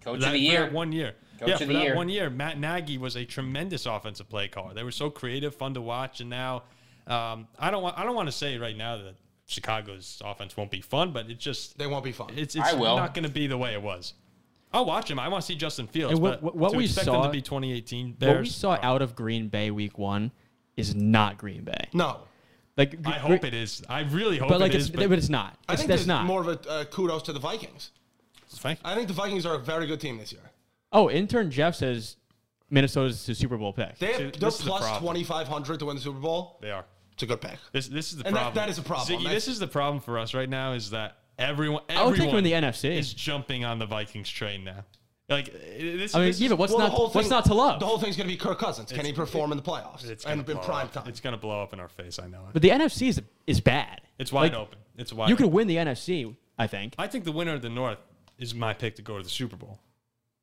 Coach
That-
of the
for
year.
that one year.
Coach
yeah,
of
for
the
that
year.
one year, Matt Nagy was a tremendous offensive play caller. They were so creative, fun to watch, and now um, I don't want I don't want to say right now that Chicago's offense won't be fun, but it just
They won't be fun.
it's,
I
it's
will.
not going to be the way it was. I'll watch him. I want to see Justin Fields.
And what-
but
what
to
we
expect them
saw-
to be 2018 Bears.
What we saw out of Green Bay week 1 is not Green Bay.
no.
Like
I hope it is. I really hope
But like
it
it's
is.
but, it's not.
I
It's,
think
that's
that's
not.
more of a uh, kudos to the Vikings.
but
I think the Vikings are a very good team this year.
Oh, intern Jeff says Minnesota's the Super Bowl pick.
They,
See,
they're
this is the
plus
problem.
2,500 to win the Super Bowl.
they are.
It's a good pick.
This this is the
And that-
problem.
that is a problem.
Ziggy,
That's-
this is the problem for us right now is that everyone
I would think
everyone
we're in the NFC.
is jumping on the Vikings train now. Like i- this.
I mean,
this
yeah,
is-
but what's
the
not what's not to love?
The whole thing's going to be Kirk Cousins. Can he perform in the playoffs?
it's gonna
and in
blow
prime
up.
time.
It's gonna blow up in our face. I know it.
but the NFC is is bad.
It's wide
Like,
open. It's wide.
You
open.
could win the NFC, I think.
I think the winner of the North is my pick to go to the Super Bowl.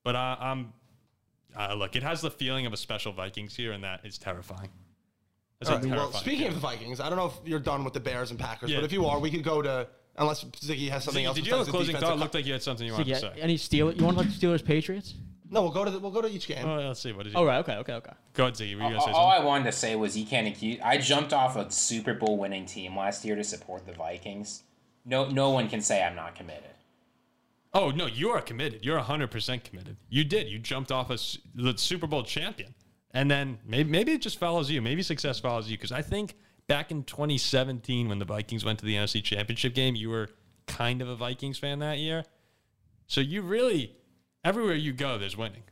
But I, I'm. Uh, look, it has the feeling of a special Vikings here, and that is terrifying. That's
All
a
right, well,
terrifying.
speaking
feeling.
of the Vikings, I don't know if you're done with the Bears and Packers,
Yeah.
but if you are, we could go to unless Ziggy has something
Ziggy,
else.
did you have a
besides the
closing
defensive
thought? It
co-
looked like you had something you
So,
wanted
yeah,
to say.
any Steelers? You want to talk Steelers Patriots?
no, we'll go to the, we'll go to each game.
Well, let's see. What did you?
Oh right, okay, okay, okay.
Go ahead, Ziggy. Were you
Oh,
gonna say
all
something?
I wanted to say was you can't accuse. I jumped off a Super Bowl winning team last year to support the Vikings. No, no one can say I'm not committed.
Oh no, you are committed. You're hundred percent committed. You did. You jumped off a s the Super Bowl champion, and then maybe maybe it just follows you. Maybe success follows you because I think back in 2017 when the Vikings went to the NFC Championship game, you were kind of a Vikings fan that year. So you really everywhere you go, there's winning.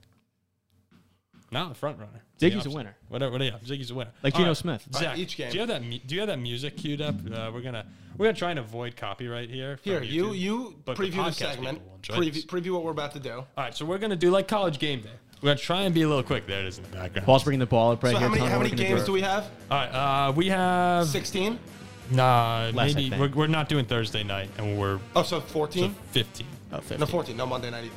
Not the front runner.
Ziggy's
The
a winner.
Whatever, whatever. Ziggy's a winner.
Like
All
Geno Smith.
Zach,
Right, each game.
Do you have that? mu- Do you have that music queued up? Uh, we're gonna we're gonna try and avoid copyright here. from
Here, you
YouTube,
you
but
preview the,
podcast
segment.
people will enjoy this.
Preview, preview what we're about to do.
All right, so we're gonna do like college game day. We're gonna try and be a little quick. There it is in the background. All
Paul's bringing the ball up right
So
here.
how many
Tell me
how
what
many
we're gonna
games do we have?
right, uh, we have
Sixteen.
nah.
Less, I
maybe
think.
we're, we're not doing Thursday night, and we're
Oh, so
to
fourteen.
15.
Oh, 50.
No, fourteen. No Monday night either.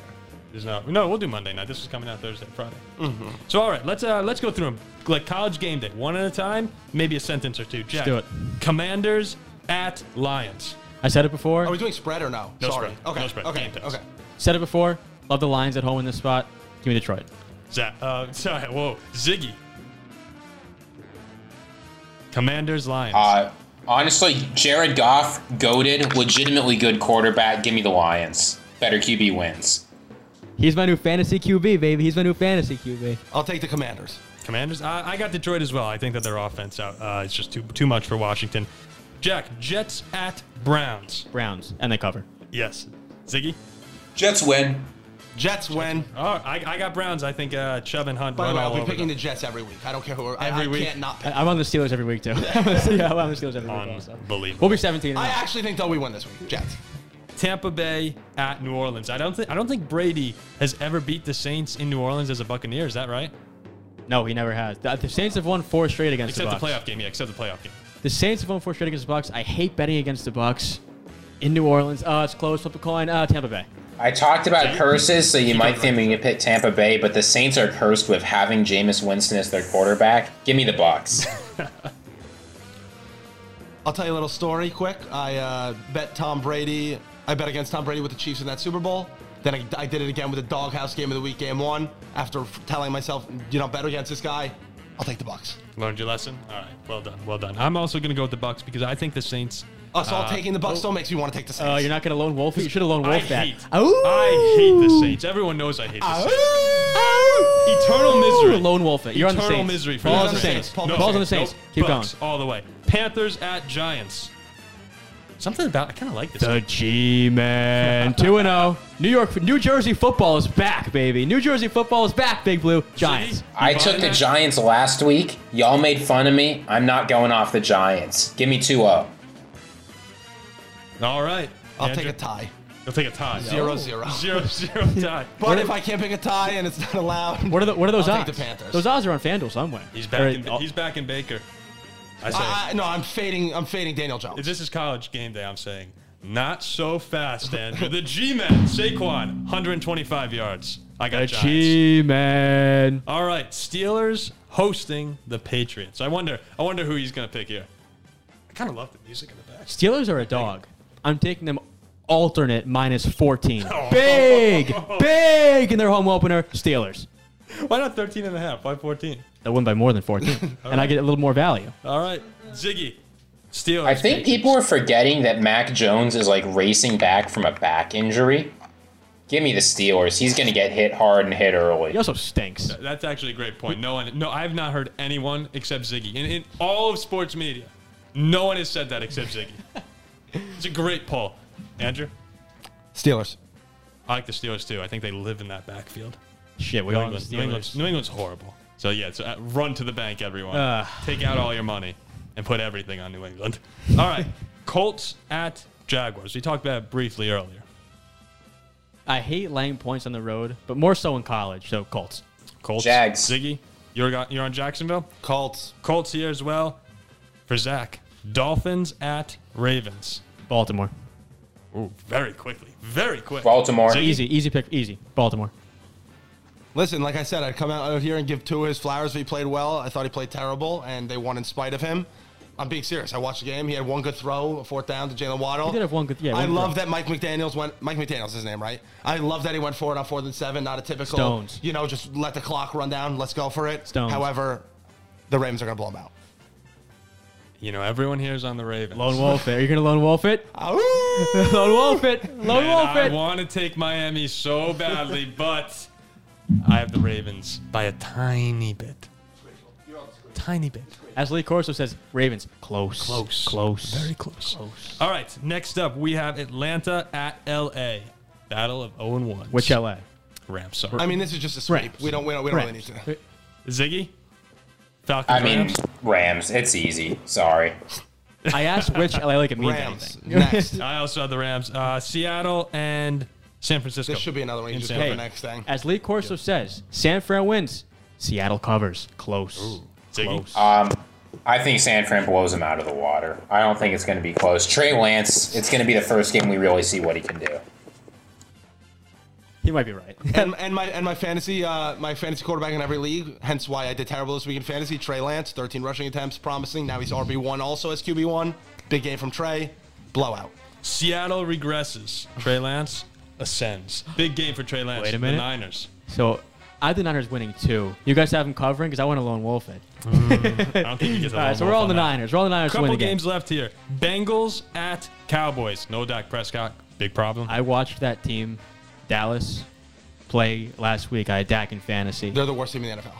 There's no, no, we'll do Monday night. This is coming out Thursday, Friday.
Mm-hmm.
So all right, let's uh, let's go through them like college game day, one at a time, maybe a sentence or two. Jack,
do it.
Commanders at Lions.
I said it before.
Are we doing spread or no?
No
Sorry.
spread.
Okay.
No spread.
Okay.
Game picks.
Okay.
said it before. Love the Lions at home in this spot. Give me Detroit.
Zach, uh, sorry, whoa, Ziggy. Commanders Lions.
Uh, honestly, Jared Goff, goaded, legitimately good quarterback. Give me the Lions. Better QB wins.
He's my new fantasy QB, baby. He's my new fantasy QB.
I'll take the Commanders.
Commanders. I, I got Detroit as well. I think that their offense out uh, it's just too too much for Washington. Jack Jets at Browns.
Browns and they cover.
Yes, Ziggy.
Jets win.
Jets win.
Oh, I, I got Browns. I think uh, Chubb and Hunt
By the
run
way,
all
I'll be
over
picking the
them.
Jets every week. I don't care who. I-
Every
I,
week?
can't not pick.
I- I'm on the Steelers every week too. yeah, I'm on the Steelers every week. Also.
Unbelievable.
We'll be 17. and
I
up.
actually think they'll we win this week. Jets.
Tampa Bay at New Orleans. I don't think I don't think Brady has ever beat the Saints in New Orleans as a Buccaneer. Is that right?
no, he never has. The, the Saints have won four straight against
Except
the
the
Bucs.
playoff game. Yeah, except the playoff game.
The Saints have won four straight against the Bucks. I hate betting against the Bucks in New Orleans. Uh, it's close. Flip a coin. Uh, Tampa Bay.
I talked about curses, so you might think we can pick Tampa Bay, but the Saints are cursed with having Jameis Winston as their quarterback. Give me the Bucks.
I'll tell you a little story quick. I uh, bet Tom Brady I bet against Tom Brady with the Chiefs in that Super Bowl. Then I, I did it again with the doghouse game of the week, game one. After f- telling myself, you know, bet against this guy, I'll take the Bucks.
Learned your lesson. All right, well done, well done. I'm also going to go with the Bucks because I think the Saints.
Us all taking the Bucks still makes me want to take the Saints.
Oh, Uh, you're not gonna lone wolf it. You should have lone
I
wolf that.
hate.
Ooh.
I hate the Saints. Everyone knows I hate the Saints.
Ooh.
Eternal misery.
Lone wolf it. You're on the
Eternal
Saints.
misery for
Balls on
the
the
Saints.
Saints.
Paul
No.
Balls on the Saints.
Nope.
Keep going.
Bucks all the way. Panthers at Giants. Something about I kind of like this.
The G-Man, two and zero. New York, New Jersey football is back, baby. New Jersey football is back. Big Blue Giants.
You
I
buying
took the
that?
Giants last week. Y'all made fun of me. I'm not going off the Giants. Give me oh. 2 0.
All right.
I'll
Andrew,
take a tie.
You'll take a tie.
Zero zero.
Zero zero tie.
But if I can't pick a tie and it's not allowed,
What are the, what are those
I'll
odds?
take the Panthers.
Those odds are on Fanduel somewhere.
He's back.
Or- oh,
In, he's back in Baker. I say
I, I, no, I'm fading. I'm fading Daniel Jones.
this is college game day. I'm saying not so fast, Andrew. the G-man Saquon, 125 yards. I got
the
Giants.
G-Man.
All right, Steelers hosting the Patriots. I wonder. I wonder who he's gonna pick here. I kind of love the music in the back.
Steelers are a dog. I'm taking them alternate minus 14.
Oh.
Big, big in their home opener. Steelers.
Why not 13 and a half? Why 14?
They win by more than 14, and I get a little more value.
All right, Ziggy, Steelers.
I think people are forgetting that Mac Jones is like racing back from a back injury. Give me the Steelers. He's going to get hit hard and hit
He
early.
also stinks.
That's actually a great point. No one, no, I have not heard anyone except Ziggy in, in all of sports media. No one has said that except Ziggy. it's a great poll, Andrew.
Steelers.
I like the Steelers too. I think they live in that backfield.
Shit, we
New
all
England's, New,
Steelers.
England's, New England's horrible. So yeah, so uh, run to the bank, everyone.
Ugh.
Take out all your money and put everything on New England. All right, Colts at Jaguars. We talked about it briefly earlier.
I hate laying points on the road, but more so in college. So Colts.
Colts,
Jags.
Ziggy, you're got, you're on Jacksonville.
Colts.
Colts here as well for Zach. Dolphins at Ravens.
Baltimore.
Ooh, very quickly, very quick.
Baltimore.
Easy, easy pick. Easy. Baltimore.
Listen, like I said, I'd come out here and give two his flowers. If he played well, I thought he played terrible, and they won in spite of him. I'm being serious. I watched the game. He had one good throw, a fourth down to Jalen Waddle.
He did have one good- yeah,
I
one
love
throw.
that Mike McDaniel's went. Mike McDaniel's his name, right? I love that he went for it on fourth and seven. Not a typical.
Stones.
You know, just let the clock run down. Let's go for it.
Stones.
However, the Ravens are going to blow him out.
You know, everyone here is on the Ravens.
Lone wolf it. Are you gonna lone wolf it?
Ow!
Lone wolf it. Lone
And
wolf
I
it.
want to take Miami so badly, but I have the Ravens by a tiny bit. Tiny bit.
As Lee Corso says, Ravens close,
Close.
close.
Very close. close. All right. Next up, we have Atlanta at LA. Battle of 0 and 1.
Which LA?
Rams. Sorry.
I mean, this is just a sweep.
Rams.
We don't. We don't, we don't really need
Rams.
to.
Ziggy? Falcons.
I mean,
Rams?
Rams. It's easy. Sorry.
I asked which LA like it means
Rams
anything.
next.
I also have the Rams. Uh, Seattle and San Francisco.
This should be another one. You just
Insane.
go for
Hey.
next thing.
As Lee Corso says, San Fran wins. Seattle covers. Close.
Ziggy?
Close.
Uh,
Um, I think San Fran blows him out of the water. I don't think it's going to be close. Trey Lance, it's going to be the first game we really see what he can do.
He might be right.
and, and my and my fantasy uh, my fantasy quarterback in every league. Hence why I did terrible this week in fantasy. Trey Lance, 13 rushing attempts, promising. Now he's RB one, also as QB one. Big game from Trey. Blowout.
Seattle regresses. Trey Lance ascends. Big game for Trey Lance.
Wait a
The
minute.
Niners.
So I have the Niners winning too. You guys have them covering because I want to lone wolf it.
I don't think he gets a
All right,
lone
so
wolf
we're all
on
the
that.
Niners. We're all the Niners to
Couple
win the game.
games left here. Bengals at Cowboys. No Dak Prescott. Big problem.
I watched that team, Dallas, play last week. I had Dak in fantasy.
They're the worst team in the NFL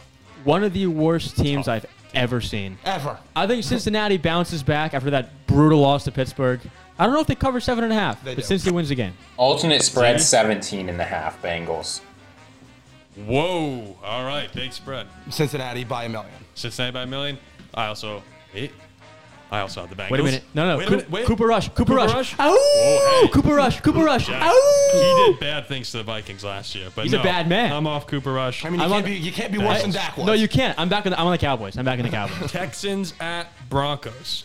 One of the worst teams I've ever seen.
ever.
I think Cincinnati bounces back after that brutal loss to Pittsburgh. I don't know if they cover seven and a half,
They
but
do.
Cincinnati wins the game.
Alternate spread 17 and a half Bengals.
Whoa. All right. Big spread.
Cincinnati by a million.
Cincinnati by a million. I also wait. I also have the Bengals.
Wait a minute. No, no.
Wait a
Coo-
minute, wait.
Cooper Rush. Cooper, Rush.
Rush?
Ow!
Oh, hey.
Cooper Rush. Cooper Rush.
Yeah.
Ow!
He did bad things to the Vikings last year, but
He's a
no,
bad man.
I'm off Cooper Rush.
I mean, you,
I'm
can't,
on-
be, you can't be worse than Dak was.
No, you can't. I'm back in the, I'm on the Cowboys. I'm back in the Cowboys.
Texans at Broncos.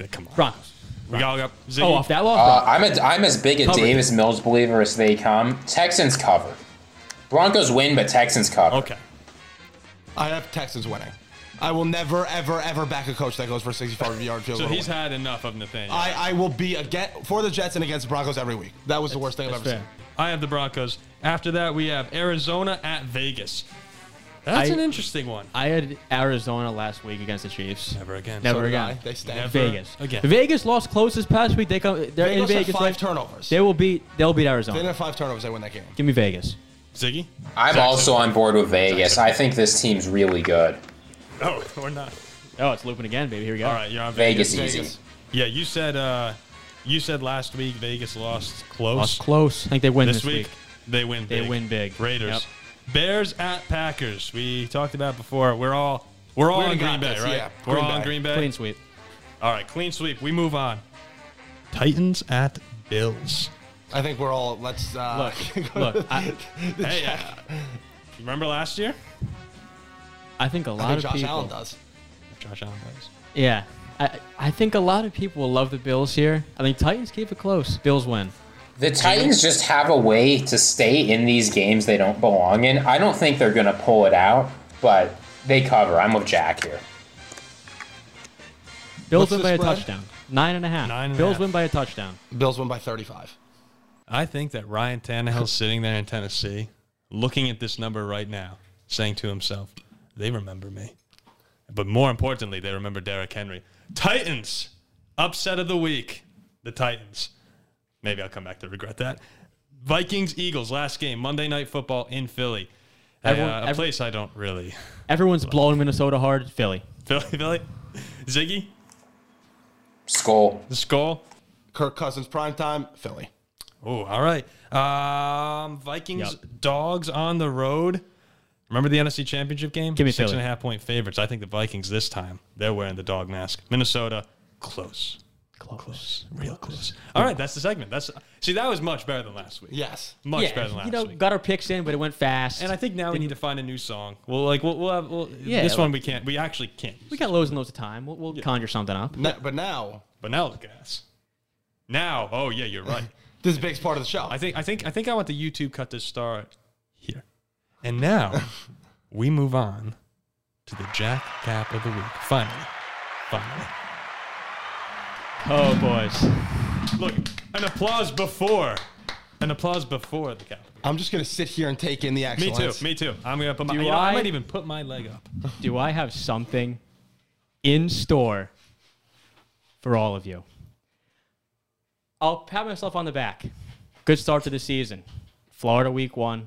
Yeah, Come on.
Broncos.
We all got Ziggy.
Oh, off that
Uh,
loss?
I'm, a, I'm as big a
Covered.
Davis Mills believer as they come. Texans cover. Broncos win, but Texans cover.
Okay.
I have Texans winning. I will never, ever, ever back a coach that goes for a 65 yard field
So
goal. to
he's
win.
had enough of Nathaniel. I,
I, I will be again for the Jets and against the Broncos every week. That was the worst thing I've ever
fair.
seen.
have the Broncos. After that, we have Arizona at Vegas. That's
I-
an interesting one.
I had Arizona last week against the Chiefs.
Never again.
Never
So did
again.
I. They stank.
Never.
Vegas.
Again.
Vegas lost close this past week. They come. They're
Bengals
in
had
Vegas.
five
right?
turnovers.
They
They
will beat. They'll beat
didn't
Arizona.
have five turnovers. They win that game.
Give me Vegas.
Ziggy?
I'm also on board with Vegas. I think this team's really good.
No, we're not.
Oh, it's looping again, baby. Here we go.
All right, you're on Vegas.
Vegas, easy.
Vegas.
Yeah, you said uh, you said last week Vegas lost close.
Lost close. I think they win
this,
this,
week, they win.
They
big.
win big.
Raiders.
Yep.
Bears at Packers. We talked about before. We're all we're all
We
on
already
Green
got
Bay,
this,
right?
yeah.
We're
Green
all on
Bay.
Green Bay.
Clean sweep.
All right, clean sweep. We move on. Titans at Bills.
I think we're all. Let's uh,
Look, look. I,
Hey, uh, remember last year?
I think a lot
I think
of
Josh
people.
Allen does.
Josh Allen does.
Yeah. I, I think a lot of people will love the Bills here. I think Titans keep it close. Bills win.
The Titans just have a way to stay in these games they don't belong in. I don't think they're going to pull it out, but they cover. I'm with Jack here.
What's
Bills win
the
by a
spread?
touchdown. Nine and a half.
Nine and a
Bills
half.
win by a touchdown.
Bills win by 35.
I think that Ryan Tannehill's sitting there in Tennessee, looking at this number right now, saying to himself, "They remember me," but more importantly, they remember Derrick Henry. Titans upset of the week. The Titans. Maybe I'll come back to regret that. Vikings Eagles last game Monday Night Football in Philly, Hey,
Everyone-
uh, a
every-
place I don't really.
Everyone's blowing Minnesota hard. Philly.
Philly, Philly, Ziggy,
Skull.
the skull.
Kirk Cousins prime time. Philly.
Oh, all right. Um, Vikings
Yep.
dogs on the road. Remember the NFC Championship game?
Give me
six and
Philly.
a half point favorites. I think the Vikings this time they're wearing the dog mask. Minnesota close,
Close.
real close. All right, that's the segment. That's see that was much better than last week.
Yes.
Much
yeah,
better than last
you know,
week.
got our picks in, but it went fast.
and I think now we need to find a new song. Well, like we'll, we'll have we'll,
Yeah,
this
like-
one we can't. We actually can't.
we got loads and loads of time. We'll, we'll conjure something up.
Na- but now
But now the gas. Now, oh yeah, you're right.
this is the biggest part of the show.
I think I think I think I want the YouTube cut to start here. And now we move on to the Jack Cap of the Week. Finally. Finally.
Oh, boys.
Look, an applause before. An applause before the cap. of the
I'm just gonna sit here and take in the
Week.
action.
Me too. Me too. I'm gonna put my.
Do
You know, I
I-
might even put my leg up.
Do I have something in store for all of you? I'll pat myself on the back. Good start to the season. Florida week one,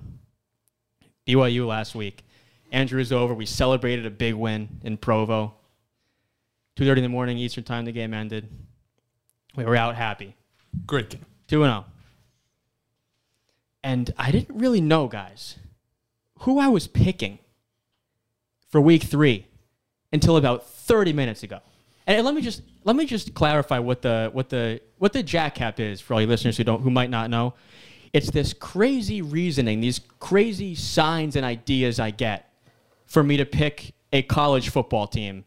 BYU last week. Andrew is over. We celebrated a big win in Provo. 2.30 in the morning Eastern time the game ended. We were out happy. oh.
Great game.
2 0. And I didn't really know, guys, who I was picking for week three until about 30 minutes ago. And let me just let me just clarify what the what the what the jack cap is for all you listeners who don't who might not know. It's this crazy reasoning, these crazy signs and ideas I get for me to pick a college football team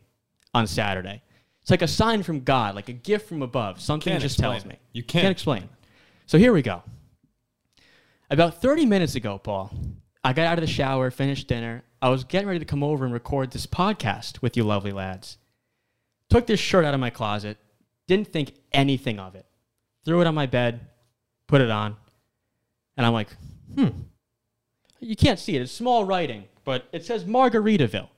on Saturday. It's like a sign from God, like a gift from above. Something
Can't
just
explain
tells
it.
me.
You can't
explain. So here we go. About 30 minutes ago, Paul, I got out of the shower, finished dinner. I was getting ready to come over and record this podcast with you lovely lads. Took this shirt out of my closet, didn't think anything of it. Threw it on my bed, put it on, and I'm like, hmm. You can't see it. It's small writing, but it says Margaritaville.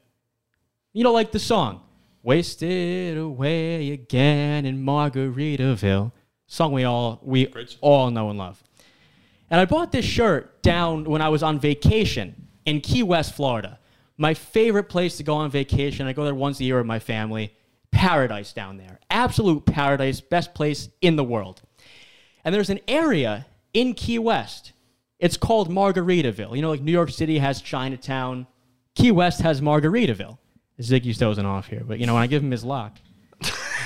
You know, like the song, Wasted Away Again in Margaritaville. Song we all we
Great.
all know and love. And I bought this shirt down when I was on vacation in Key West, Florida. My favorite place to go on vacation. I go there once a year with my family. Paradise down there. Absolute paradise. Best place in the world. And there's an area in Key West. It's called Margaritaville. You know, like New York City has Chinatown, Key West has Margaritaville. Ziggy's dozing off here, but you know, when I give him his lock,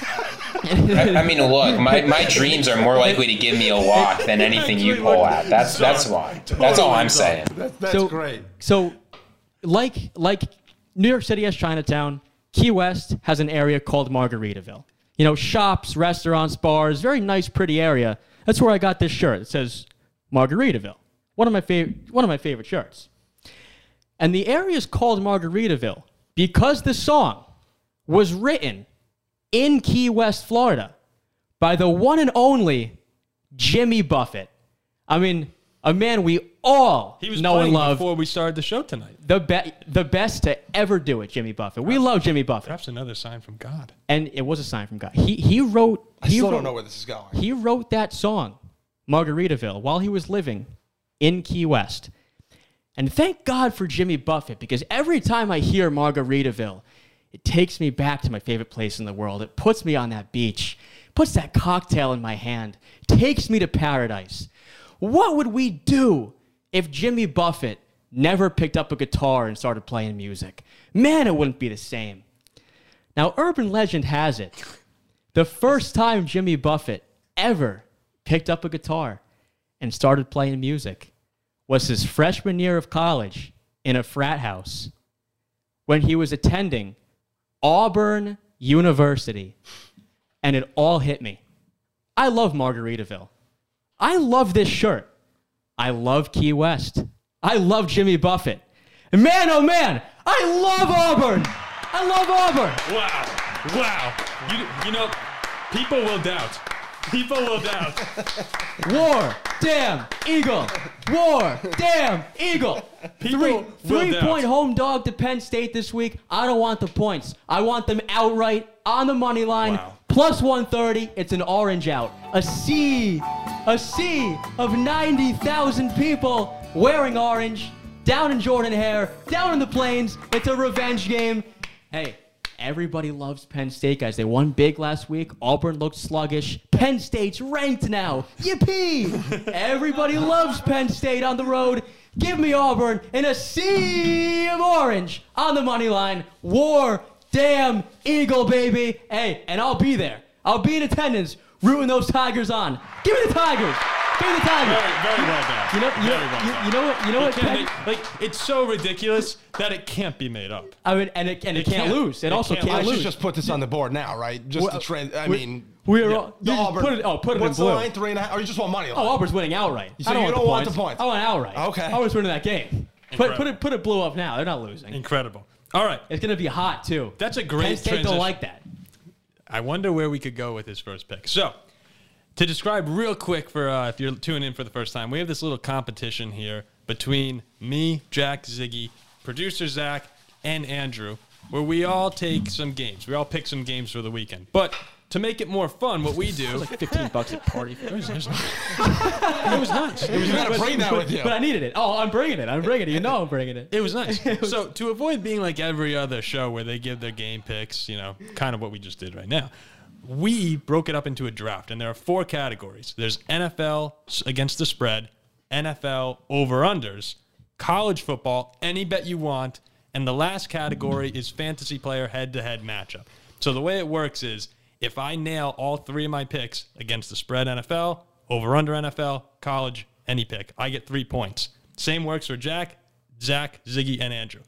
I, I mean, look, my, my dreams are more likely to give me a lock than anything you pull out. That's that's why. That's all I'm saying.
That- that's
So-
great.
So, like like New York City has Chinatown, Key West has an area called Margaritaville. You know, shops, restaurants, bars, very nice, pretty area. That's where I got this shirt. It says Margaritaville. One of my favorite one of my favorite shirts. And the area is called Margaritaville because the song was written in Key West, Florida, by the one and only Jimmy Buffett. I mean, a man we all
He was
know and
playing
love.
before we started the show tonight.
The, be- the best to ever do it, Jimmy Buffett. We love Jimmy Buffett.
Perhaps another sign from God.
And it was a sign from God. He, he wrote.
I
he
still
wrote,
don't know where this is going.
he wrote that song, Margaritaville, while he was living in Key West. And thank God for Jimmy Buffett because every time I hear Margaritaville, it takes me back to my favorite place in the world. It puts me on that beach, puts that cocktail in my hand, takes me to paradise. What would we do if Jimmy Buffett never picked up a guitar and started playing music? Man, it wouldn't be the same. Now, urban legend has it the first time Jimmy Buffett ever picked up a guitar and started playing music was his freshman year of college in a frat house when he was attending Auburn University. And it all hit me. I love Margaritaville. I love this shirt. I love Key West. I love Jimmy Buffett. And man, oh man, I love Auburn. I love Auburn.
Wow. Wow. You, you know, people will doubt. People will doubt.
War, damn, Eagle. War, damn, Eagle.
People
Three,
will
three
doubt.
point home dog to Penn State this week. I don't want the points. I want them outright on the money line.
Wow.
Plus 130. It's an orange out. A sea, a sea of 90,000 people wearing orange down in Jordan Hare, down in the plains. It's a revenge game. Hey, everybody loves Penn State, guys. They won big last week. Auburn looked sluggish. Penn State's ranked now. Yippee! everybody loves Penn State on the road. Give me Auburn in a sea of orange on the money line. War, damn, Eagle, baby. Hey, and I'll be there. I'll be in attendance, rooting those Tigers on. Give me the Tigers. Give me the Tigers.
Very, very well doubt.
You know, you,
very well
you-
doubt.
you know what? You know what?
Can't
Penn-
make- like, it's so ridiculous that it can't be made up.
I mean, and it, and it,
It
can't,
can't-
lose. It,
it
also
can't
I
can't,
lose.
should
lose.
just put this on the board now, right? Just
Well,
the trend. I
we-
mean,
we are all.
the
you just
Auburn.
Put it, oh, put it
What's
in blue.
the line? Three and a half? Or you just want money line?
Oh, Auburn's winning outright.
So
I don't
you
want,
don't
the,
want
points.
the points.
I want outright.
Okay.
Auburn's winning that game. Put, put
Incredible.
it put it blue up now. They're not losing.
Incredible. All right.
It's gonna be hot too.
That's a great
Penn State
transition.
don't like that.
I wonder where we could go with his first pick. So, to describe real quick for uh, if you're tuning in for the first time, we have this little competition here between me, Jack, Ziggy, producer Zach, and Andrew, where we all take some games. We all pick some games for the weekend. But to make it more fun, what we do.
Fifteen bucks at party.
it was nice. It was
you gotta
nice.
bring that with you.
but I needed it. Oh, I'm bringing it. I'm bringing it. You know I'm bringing it.
It was nice. so to avoid being like every other show where they give their game picks, you know, kind of what we just did right now, we broke it up into a draft, and there are four categories. There's NFL s- against the spread, NFL over unders, college football, any bet you want, and the last category is fantasy player head to head matchup. So the way it works is if I nail all three of my picks against the spread NFL, over under NFL, college, any pick, I get three points. Same works for Jack, Zach, Ziggy, and Andrew.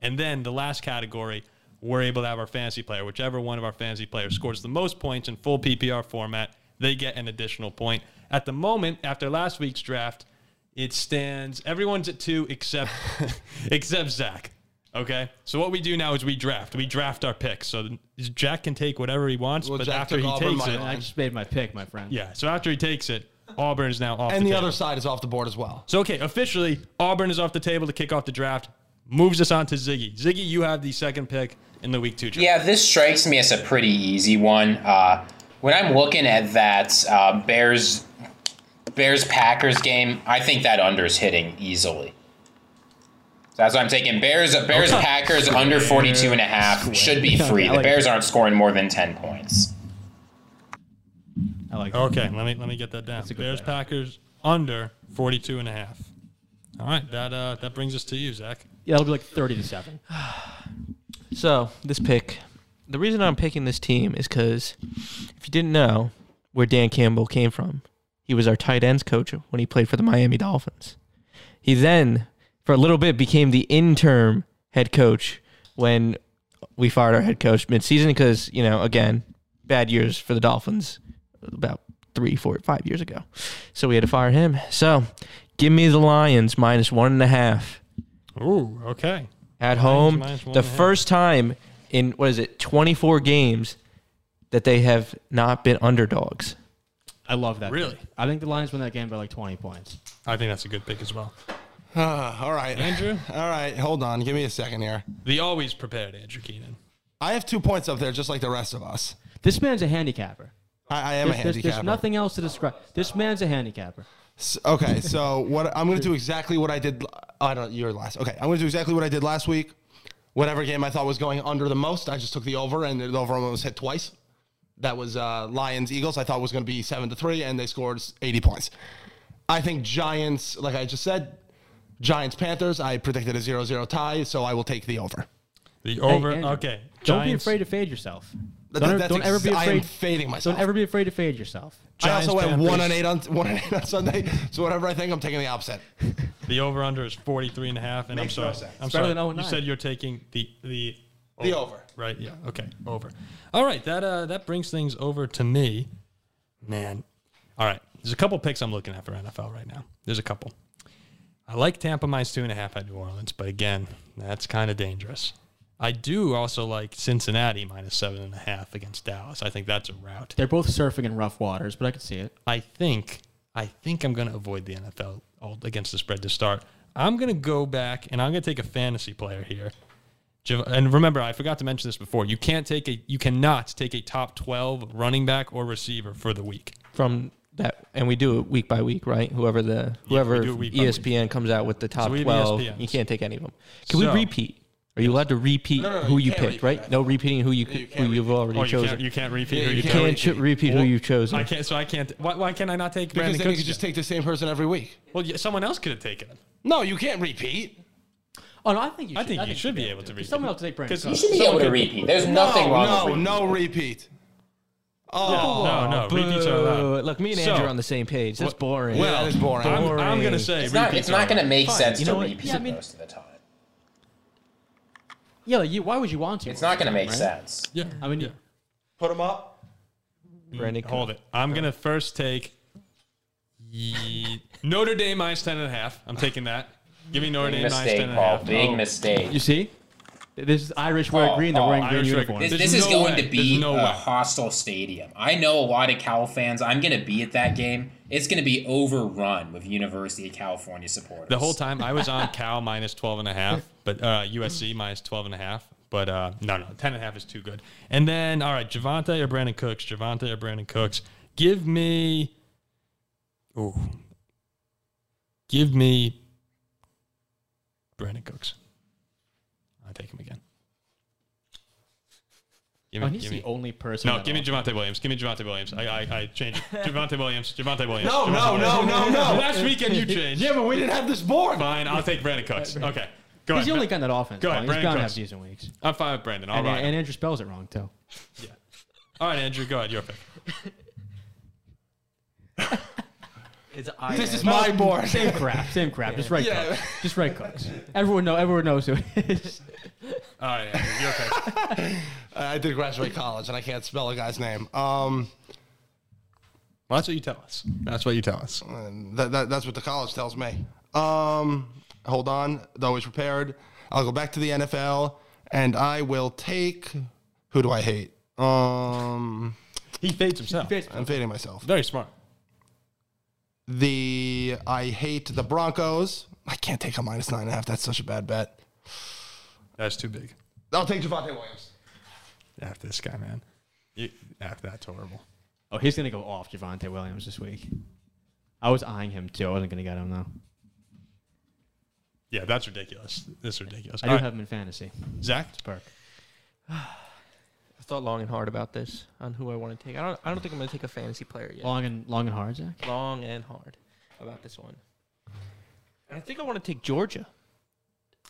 And then the last category, we're able to have our fantasy player. Whichever one of our fantasy players scores the most points in full PPR format, they get an additional point. At the moment, after last week's draft, it stands everyone's at two except except Zach. Okay, so what we do now is we draft. We draft our picks. So Jack can take whatever he wants,
Well,
but
Jack
after
took
he
Auburn
takes
money
it,
line.
I just made my pick, my friend.
yeah. So after he takes it, Auburn is now off.
and the
table.
other side is off the board as well.
So okay, officially Auburn is off the table to kick off the draft. Moves us on to Ziggy. Ziggy, you have the second pick in the week two draft.
Yeah, this strikes me as a pretty easy one. Uh, when I'm looking at that uh, Bears Bears Packers game, I think that under is hitting easily. So that's why I'm taking Bears Bears Packers under 42 and a half should be free. The Bears aren't scoring more than 10 points.
I like. that.
Okay, let me let me get that down.
a good
Bears
bet.
Packers under 42 and a half. All right, that uh, that brings us to you, Zach.
Yeah, it'll be like thirty to seven.
So this pick, the reason I'm picking this team is because if you didn't know where Dan Campbell came from, he was our tight ends coach when he played for the Miami Dolphins. He then, for a little bit, became the interim head coach when we fired our head coach midseason because you know again bad years for the Dolphins about three, four, five years ago, so we had to fire him. So give me the Lions minus one and a half
Ooh, okay.
at home.
minus one
The
and a half.
first time in what is it, 24 games that they have not been underdogs.
I love that.
Really?
pick. I think the Lions win that game by like 20 points.
I think that's a good pick as well.
Ah, all right,
Andrew?
All right, hold on. Give me a second here.
The always prepared Andrew Keenan.
I have two points up there, just like the rest of us.
This man's a handicapper.
I, I am
There's,
a
there's,
handicapper.
there's nothing else to describe. This man's a handicapper.
S- Okay, so what I'm going to do exactly what I did. l- oh, I don't. You're last. Okay, I'm going to do exactly what I did last week. Whatever game I thought was going under the most, I just took the over, and the over almost hit twice. That was uh, Lions Eagles. I thought was going to be seven to three, and they scored 80 points. I think Giants, like I just said, Giants Panthers. I predicted a 0-0 tie, so I will take the over.
The
Hey,
over.
Andrew,
okay.
Don't be
Giants-
afraid to fade yourself.
That-
Don't,
that's
don't ever be
ex- I am
afraid.
fading myself.
Don't ever be afraid to fade yourself.
I also
Giants,
went one
Panthers.
and eight on one and eight on Sunday. So whatever I think, I'm taking the opposite.
The over under is 43 and a half. And
Makes
I'm
no
sorry.
sense.
I'm
It's better
sorry.
than 0 and
you
9.
said you're taking the the
The over.
Right? Yeah. Okay. Over. All right. That uh that brings things over to me. Man. All right. There's a couple picks I'm looking at for NFL right now. There's a couple. I like Tampa minus two and a half at New Orleans, but again, that's kind of dangerous. I do also like Cincinnati minus seven and a half against Dallas. I think that's a route.
They're both surfing in rough waters, but I could see it.
I think I think I'm going to avoid the NFL all against the spread to start. I'm going to go back and I'm going to take a fantasy player here. Jav- And remember, I forgot to mention this before. You can't take a you cannot take a top 12 running back or receiver for the week.
From that, and we do it week by week, right? Whoever the whoever E
do it week by week.
ESPN comes out with the top
we have E
12,
ESPNs.
you can't take any of them. Can
So-
we repeat? Are you allowed to repeat
no, no,
who
you
you
can't
picked?
repeat, I
Right? No repeating who you,
you
who
can't
you've already
Oh, you
chosen.
can't you can't repeat
Yeah,
who
you
you
You
can't.
can't ch- repeat who you've chosen.
I can't. So I can't. Why, why can't I not take
Because
Brandon
then you
Cooks?
could
Just
just take the same person every week.
well, yeah, someone else could have taken him.
No, you can't repeat.
Oh no, I think you.
I
Should,
think you should be
you'd
able to
There's
repeat.
Someone else take Brandon.
'Cause
You
Cooks.
should be able to
Someone
repeat. There's nothing wrong with
Oh, no,
repeating.
no repeat. Oh,
No, no, repeats are
Boo.
allowed.
Look, me and
So-
Andrew are on the same page. That's boring.
well, that is boring.
I'm, I'm going to
Boring.
say
It's not,
repeats
it's
are
not going to
allowed.
make sense
You
to
know what?
repeat
Yeah, I mean-
most of the time.
Yeah, like you, why would you want to?
It's not going to make
Right?
sense.
Yeah.
I mean,
Put him up.
Brandon Cook.
Hold it. I'm gonna first take ye- Notre Dame minus ten and a half. I'm taking that. Give me Notre
Big
Dame minus
mistake,
ten and a
Paul.
half. Oh,
Big mistake.
you see, this is Irish wear
Oh,
green. They're
oh,
wearing green
Irish wear
uniforms.
This,
There's
this is
no
going
way.
to
There's
be
no
a
way.
hostile stadium. I know a lot of Cal fans. I'm going to be at that game. It's going to be overrun with University of California supporters.
The whole time I was on Cal minus 12 and a half, but uh, USC minus 12 and a half. But uh, no, no, 10 and a half is too good. And then, all right, Javante or Brandon Cooks? Javante or Brandon Cooks? Give me. Ooh. Give me Brandon Cooks. I'll take him again. Give
Oh,
me,
he's
give
the
me.
only person.
No,
at
give me
all.
Javante Williams. Give me Javante Williams. I, I, I changed it. Javante Williams. Javante Williams.
No, no, no, no, no.
Last weekend you changed.
yeah, but we didn't have this board.
Fine, I'll take Brandon Cooks. Okay. Go
He's the
ahead.
only guy in that offense.
Go ahead,
Paul. He's
Brandon
gonna
Cooks.
have decent weeks.
I'm fine with Brandon. All
And,
right.
and Andrew spells it wrong too.
All right, Andrew, go ahead. Your pick.
It's
This is my board.
Same crap. Same crap. Just write
Yeah.
Cooks. Just write Cooks. Everyone know. Everyone knows who it is.
All right, Andrew, your pick.
I did graduate college, and I can't spell a guy's name. Um,
Well, that's what you tell us. That's what you tell us.
and that, that, that's what the college tells me. Um, hold on, always prepared. I'll go back to the NFL, and I will take. Who do I hate? Um,
He fades himself.
I'm fading myself.
Very smart.
The I hate the Broncos. I can't take a minus nine and a half. That's such a bad bet.
That's too big.
I'll take Javante Williams.
After this guy, man. You, after that's horrible.
Oh, he's gonna go off Javante Williams this week. I was eyeing him too. I wasn't gonna get him though.
Yeah, that's ridiculous. That's ridiculous.
I
All
do
right,
have him in fantasy.
Zach.
Perk.
I thought long and hard about this on who I want to take. I don't. I don't think I'm going to take a fantasy player yet.
Long and long and hard, Zach.
Long and hard about this one. And I think I want to take Georgia.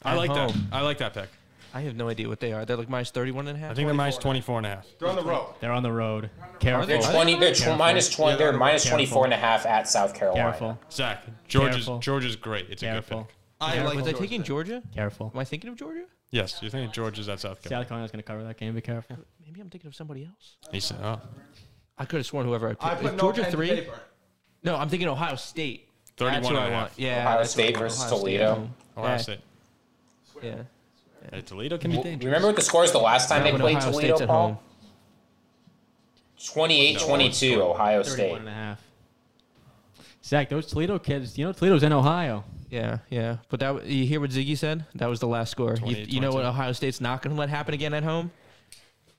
I
At
like that.
home.
I like that pick.
I have no idea what they are. They're like minus 31 and a half.
I think they're minus 24 and a half.
They're on the road.
They're on the road. Careful.
They're 20, they're tw- minus 20, they're minus
Careful.
24 and a half at South Carolina.
Careful.
Zach, Georgia's,
Careful.
Georgia's great. It's a good
Careful.
pick.
I like
was I
Georgia.
taking Georgia? Am
Careful.
I thinking of Georgia?
Yes, you think Georgia's at South Carolina?
South Carolina's gonna cover that game. Be careful.
Maybe I'm thinking of somebody else.
He said, oh.
I could have sworn whoever I picked.
I
Is
put no
Georgia
pen to
three?
paper.
No, I'm thinking Ohio State.
31
that's who
and a
I
half.
want. Yeah. that's
Ohio
who I
State
want.
versus
Ohio State at
Toledo.
home.
Ohio
yeah.
State.
Yeah.
Uh, Toledo can be dangerous.
Remember what the score is the last time
Not
they
when
played
Ohio
Toledo,
State's at
Paul?
home.
28 22, Ohio State.
31 and a half. Zach, those Toledo kids, you know, Toledo's in Ohio.
Yeah, yeah. But that w- you hear what Ziggy said? That was the last score. You,
28,
you know what
22.
Ohio State's not going to let happen again at home?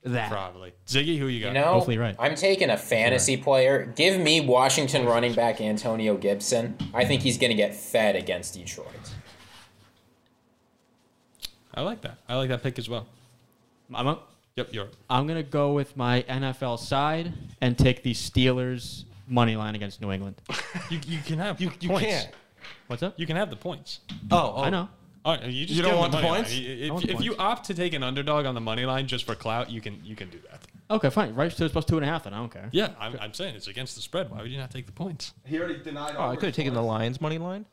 That.
Probably. Ziggy, who you got?
You know,
Hopefully right.
I'm taking a fantasy player. Give me Washington running back Antonio Gibson. I think he's going to get fed against Detroit.
I like that. I like that pick as well.
I'm up.
Yep, you're.
I'm gonna go with my NFL side and take the Steelers money line against New England.
You, you can have
You, you
points.
can't.
What's up?
You can have the points.
Oh, oh,
I know.
All right, you just
You don't
give
want
them
the
money
points?
line. I- If,
I want
if
the
you opt to take an underdog on the money line just for clout, you can you can do that.
Okay, fine. Right, so it's plus two and a half. Then I don't care.
Yeah, I'm, I'm saying it's against the spread. Why would you not take the points?
He already denied.
Oh, I could have taken the Lions money line.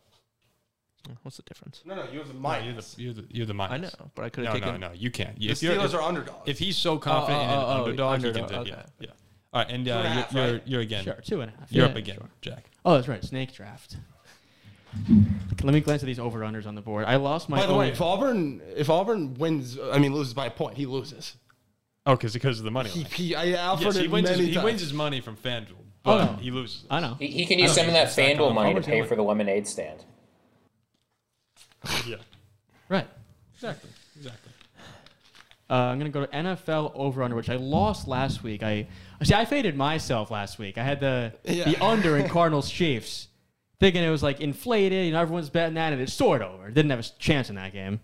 What's the difference?
No, no, you have the
No, you're
minus.
the you're the, you're the
I know,
minus.
but I could
No,
have
no,
taken.
no, you can't.
The
If you're-
Steelers
if,
are underdogs.
if he's so confident
Oh,
in an
oh, oh,
underdog,
underdog,
he can do it.
okay.
Yeah, yeah. All right, and uh,
and a
you're,
half,
you're,
right?
you're again.
Sure, two and a half.
You're
Yeah,
up again, Jack.
Oh, that's right. Snake draft. Let me glance at these over unders on the board. I lost my.
By the
own-
way, if Auburn if Auburn wins, I mean loses by a point, he loses.
Oh, because because of the money
He,
line.
he I offered
Yes, he
it
wins. His,
many
he
times.
wins his money from FanDuel,
Oh,
but
no.
he loses.
I know.
He, he can use some of that FanDuel money to pay for the lemonade stand.
Yeah,
Right.
exactly, exactly.
Uh, I'm gonna go to NFL over under, which I lost last week. I see. I faded myself last week. I had the
Yeah.
the under in Cardinals Chiefs, thinking it was like inflated. You know, everyone's betting that, and it soared over. Didn't have a s- chance in that game.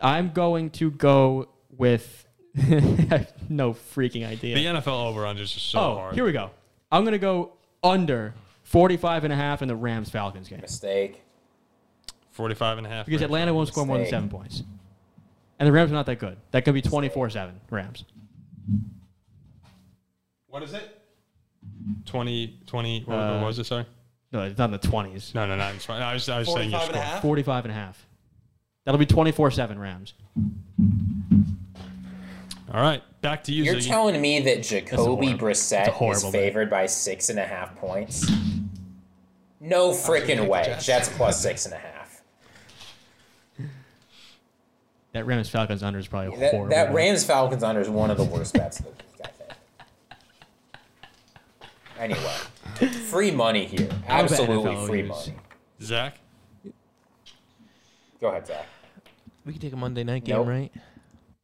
I'm going to go with I have no freaking idea.
The NFL over unders are so
oh,
hard.
here we go. I'm gonna go under 45 and a half in the Rams Falcons game
Mistake.
45 and a half.
because
right?
Atlanta won't score more than
Mistake.
seven points, and the Rams are not that good. That could be 24-7 Rams.
What is it?
20, 20, what,
Uh,
what was it? Sorry.
No, it's not in the 20s.
No, no, no. I'm sorry. I was, I was saying your
45 and a
score.
half?
45 and a half. That'll be 24 7 Rams.
All right, back to you,
You're
Ziggy.
telling me that Jacoby
horrible- that's a
Brissett is
horrible bet.
favored by six and a half points? No freaking way.
Jets.
Jets plus six and a half.
That Rams Falcons under is probably
That,
horrible.
that Rams Falcons under is one of the worst bets of the week, I think. Anyway, free money here.
How about
Absolutely
NFL
free
use?
money.
Zach.
Go ahead, Zach.
We can take a Monday night game,
Nope.
right?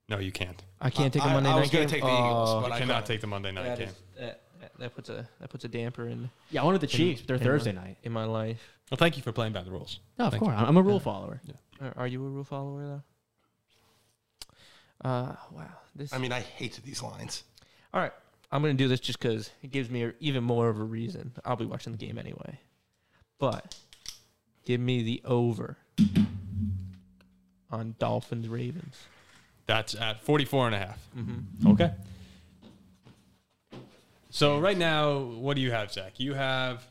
No, you can't.
I can't take a
I-
Monday
I,
night
was
game.
gonna take the Eagles,
Oh,
but I
Cannot
couldn't.
take the Monday night
that,
game.
is, that, that- that puts a that puts a damper in.
Yeah, I wanted the Chiefs, but they're
in
Thursday
my,
night.
in my life.
Well, thank you for playing by the rules.
No, of
Thank
course. I'm a rule follower.
Are, are you a rule follower though? Uh, wow. This.
I mean, I hate these lines.
all right. I'm gonna do this just because it gives me even more of a reason. I'll be watching the game anyway. But give me the over on Dolphins Ravens.
That's at 44 and a half.
Mm-hmm.
Okay. So right now, what do you have, Zach? You have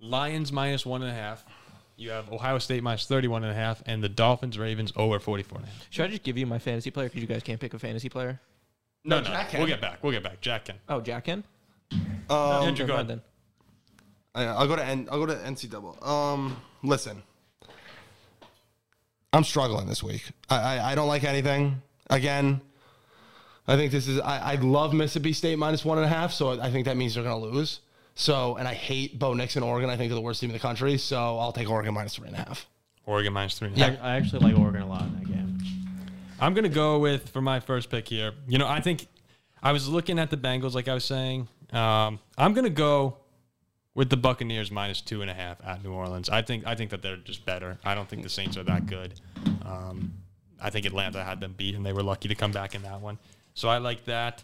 Lions minus one and a half. You have Ohio State minus 31 and a half, and the Dolphins Ravens over 44 and a half.
Should I just give you my fantasy player because you guys can't pick a fantasy player?
No, no,
Jack
we'll
can.
get back. We'll get back. Jack can.
Oh, Jack in.
Um,
Andrew, go
Never mind
ahead.
I- I'll go to N, I'll go to NC double. Um, listen, I'm struggling this week. I, I I don't like anything. Again, I think this is I, I love Mississippi State minus one and a half. So I think that means they're gonna lose. So and I hate Bo Nix and Oregon. I think they're the worst team in the country. So I'll take Oregon minus three and a half.
Oregon minus three and a half.
I, I actually like Oregon a lot in that game.
I'm gonna go with for my first pick here. You know, I think I was looking at the Bengals, like I was saying. Um, I'm gonna go with the Buccaneers minus two and a half at New Orleans. I think I think that they're just better. I don't think the Saints are that good. Um, I think Atlanta had them beat, and they were lucky to come back in that one. So I like that.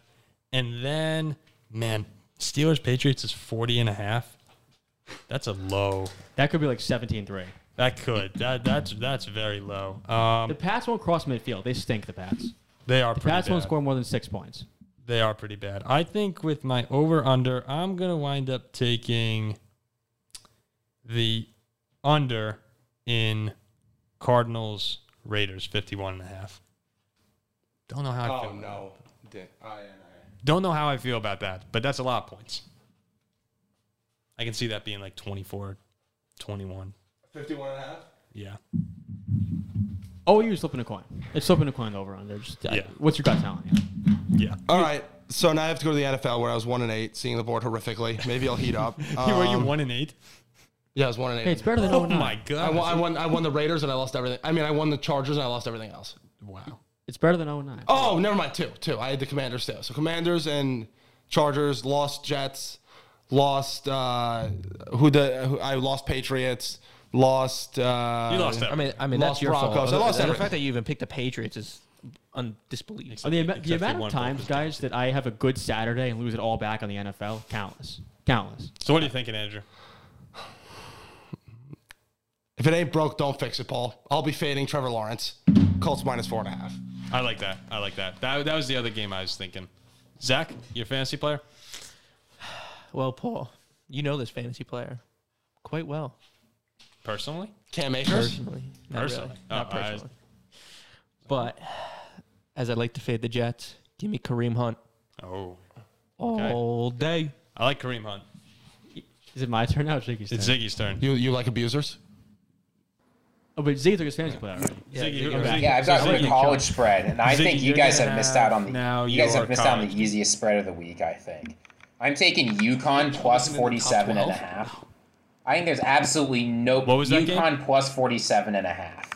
And then, man, Steelers Patriots is 40 and a half. That's a low.
That could be like 17 3.
That could that that's that's very low. Um,
The Pats won't cross midfield. They stink, the Pats.
they are pretty
Pats won't
bad.
score more than six points.
They are pretty bad. I think with my over under, I'm going to wind up taking the under in Cardinals Raiders 51 and a half. Don't know how I feel.
Oh, no,
Don't know how I feel about that, but that's a lot of points. I can see that being like 24, 21.
fifty-one and a half.
Yeah.
OU is flipping a coin. It's flipping a coin over under. Just, uh,
Yeah.
What's your gut telling you?
Yeah.
All right. So now I have to go to the NFL where I was one and eight, seeing the board horrifically. Maybe I'll heat up.
Were you
Um,
one and eight?
Yeah, I was one and eight.
Hey, it's better than
Oh
09.
my
I
god.
won, I won. I won the Raiders and I lost everything. I mean, I won the Chargers and I lost everything else.
wow.
It's better than 09.
Oh, never mind. Two, two. I had the Commanders too. So Commanders and Chargers lost. Jets lost. Uh, who the? Who, I lost Patriots. Lost. Uh,
You lost that.
I mean, I mean,
Lost
that's your
Broncos.
fault.
I lost
the, the
everything.
fact that you even picked the Patriots is un- disbelief.
Oh, the, ama-
Except
the
for
amount
one
of times, guys, that I have a good Saturday and lose it all back on the NFL, countless. Countless.
So what are you thinking, Andrew?
If it ain't broke, don't fix it, Paul. I'll be fading Trevor Lawrence. Colts minus four and a half.
I like that. I like that. That that was the other game I was thinking. Zach, your fantasy player?
Well, Paul, you know this fantasy player quite well.
Personally?
Cam Akers.
Personally. Uh, Not
Personally.
really.
Oh,
Not
I-
personally. but as I like to fade the Jets, give me Kareem Hunt
Oh.
all day.
I like Kareem Hunt.
Is it my turn now? Or Ziggy's
It's
turn?
Ziggy's turn.
You you like abusers?
Oh, but Ziggy took his fantasy player already.
Ziggy, who-
you're
Ziggy-
back.
Yeah, I've got
so
rid of
Ziggy-
college spread, and I
Ziggy,
think you
you're
guys
gonna
have missed out on
have
the
now
you guys
your
have missed out on the
college.
easiest spread of the week. I think I'm taking UConn plus
in the top
47 and a
12?
half. I think there's absolutely no
What was that game?
UConn plus 47 and a half.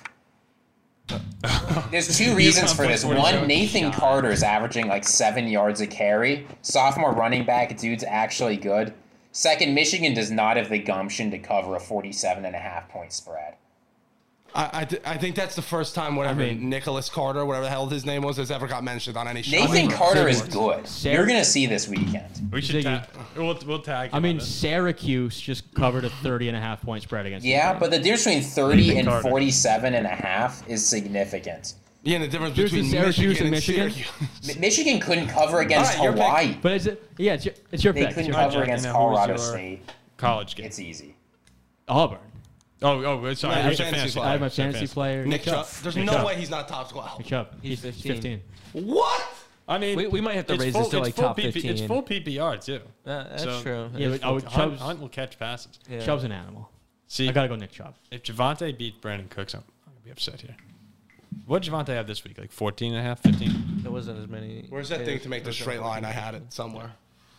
There's two reasons
UConn
for
plus
this.
47.
One, Nathan Carter is averaging like seven yards a carry. Sophomore running back, dude's actually good. Second, Michigan does not have the gumption to cover a 47 and a half point spread.
I I, th- I think that's the first time whatever
mean-
Nicholas Carter, whatever the hell his name was, has ever got mentioned on any show.
Nathan Carter is good.
Sarah-
You're gonna see this weekend.
We should
Ziggy.
tag. We'll, we'll tag. him
I
on
mean,
this.
Syracuse just covered a 30 and a half point spread against
Yeah,
UConn.
but the difference between 30 and
Carter.
47 and a half is significant.
Yeah, and the difference
There's
between
the Syracuse
Michigan
and
and
Michigan.
Syracuse.
Mi- Michigan couldn't cover against
All right, your pick.
Hawaii.
But is it? Yeah, it's your, it's your
They
pick. It's
couldn't
your,
right,
cover
Jack,
against
and who was
Colorado
your-
State.
college game.
It's easy.
Auburn.
Oh, oh, sorry.
No,
Who's
your
your fantasy
fantasy player.
player?
I have my
Who's your
fantasy player.
Nick Chubb. There's
Nick
no
Chubb.
way he's not top twelve.
Nick Chubb.
He's 15.
15.
What?
I mean,
We- we might have to
it's
raise
full,
this to,
it's
like,
full
top
PP It's
15.
full PPR too.
Uh, that's
So-
true.
Yeah, but I would
Hunt,
Chubb's,
Hunt will catch passes.
Yeah.
Chubb's an animal.
See,
I gotta go Nick Chubb.
if Javante beats Brandon Cooks, I'm, I'm gonna be upset here. What did Javante have this week? Like 14 and a half, 15?
There wasn't as many.
Where's that thing to make the straight line? I had it somewhere.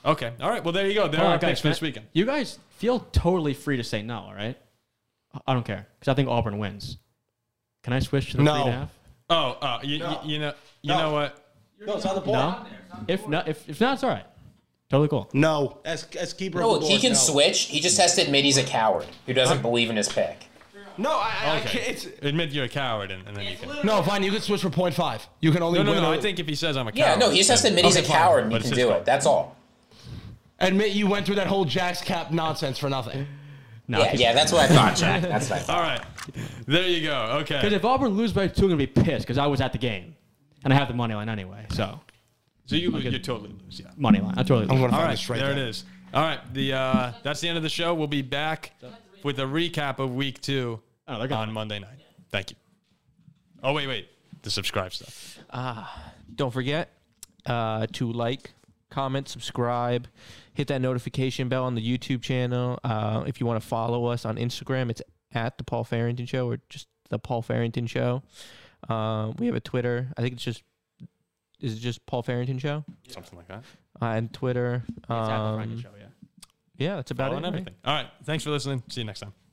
Okay. All right. Well, there you go. There
All
are
right,
our picks
guys,
for this
man,
weekend.
You guys feel totally free to say no, all right? I- I don't care because I think Auburn wins. Can I switch to the
No.
three and a half?
Oh, oh you, you, you know, you
No.
know what?
No, it's on the
No. If not, if, if not, it's all right. Totally cool.
No. As, as keeper
No,
of the
he
board,
can
no.
switch. He just has to admit he's a coward who doesn't believe in his pick.
No, I, I, I
Okay.
can't. It's,
Admit you're a coward, and, and then you can.
no, fine. You can switch for point five. You can only
No, no,
win
no.
on-
I think if he says I'm a coward,
Yeah, no, he just has to admit he's a
Okay, fine.
coward and
But
he
it's
can
his
do
fault.
it. That's all.
admit you went through that whole Jack's cap nonsense for nothing.
No,
Yeah, yeah, that's what I thought, Jack. That's what I
All
thought.
right. There you go. Okay.
Because if Auburn loses by two, I'm gonna be pissed because I was at the game, and I have the money line anyway. So
So you you totally lose. Yeah.
money line, I totally.
I'm
lose.
gonna
All
find
right.
this straight.
there it is. All right. The uh, that's the end of the show. We'll be back with a recap of week two
Oh, they're
on
gone.
Monday night. Thank you. Oh wait, wait. The subscribe stuff.
Don't forget uh, to like, comment, subscribe, hit that notification bell on the YouTube channel. Uh, if you want to follow us on Instagram, it's at the Paul Farrington Show or just the Paul Farrington Show. Uh, we have a Twitter. I think it's just is it just Paul Farrington Show
Something like that.
uh, and Twitter.
It's at the
Um,
Friday show, yeah.
yeah, that's about
All
it.
and
right?
everything. All right. Thanks for listening. See you next time.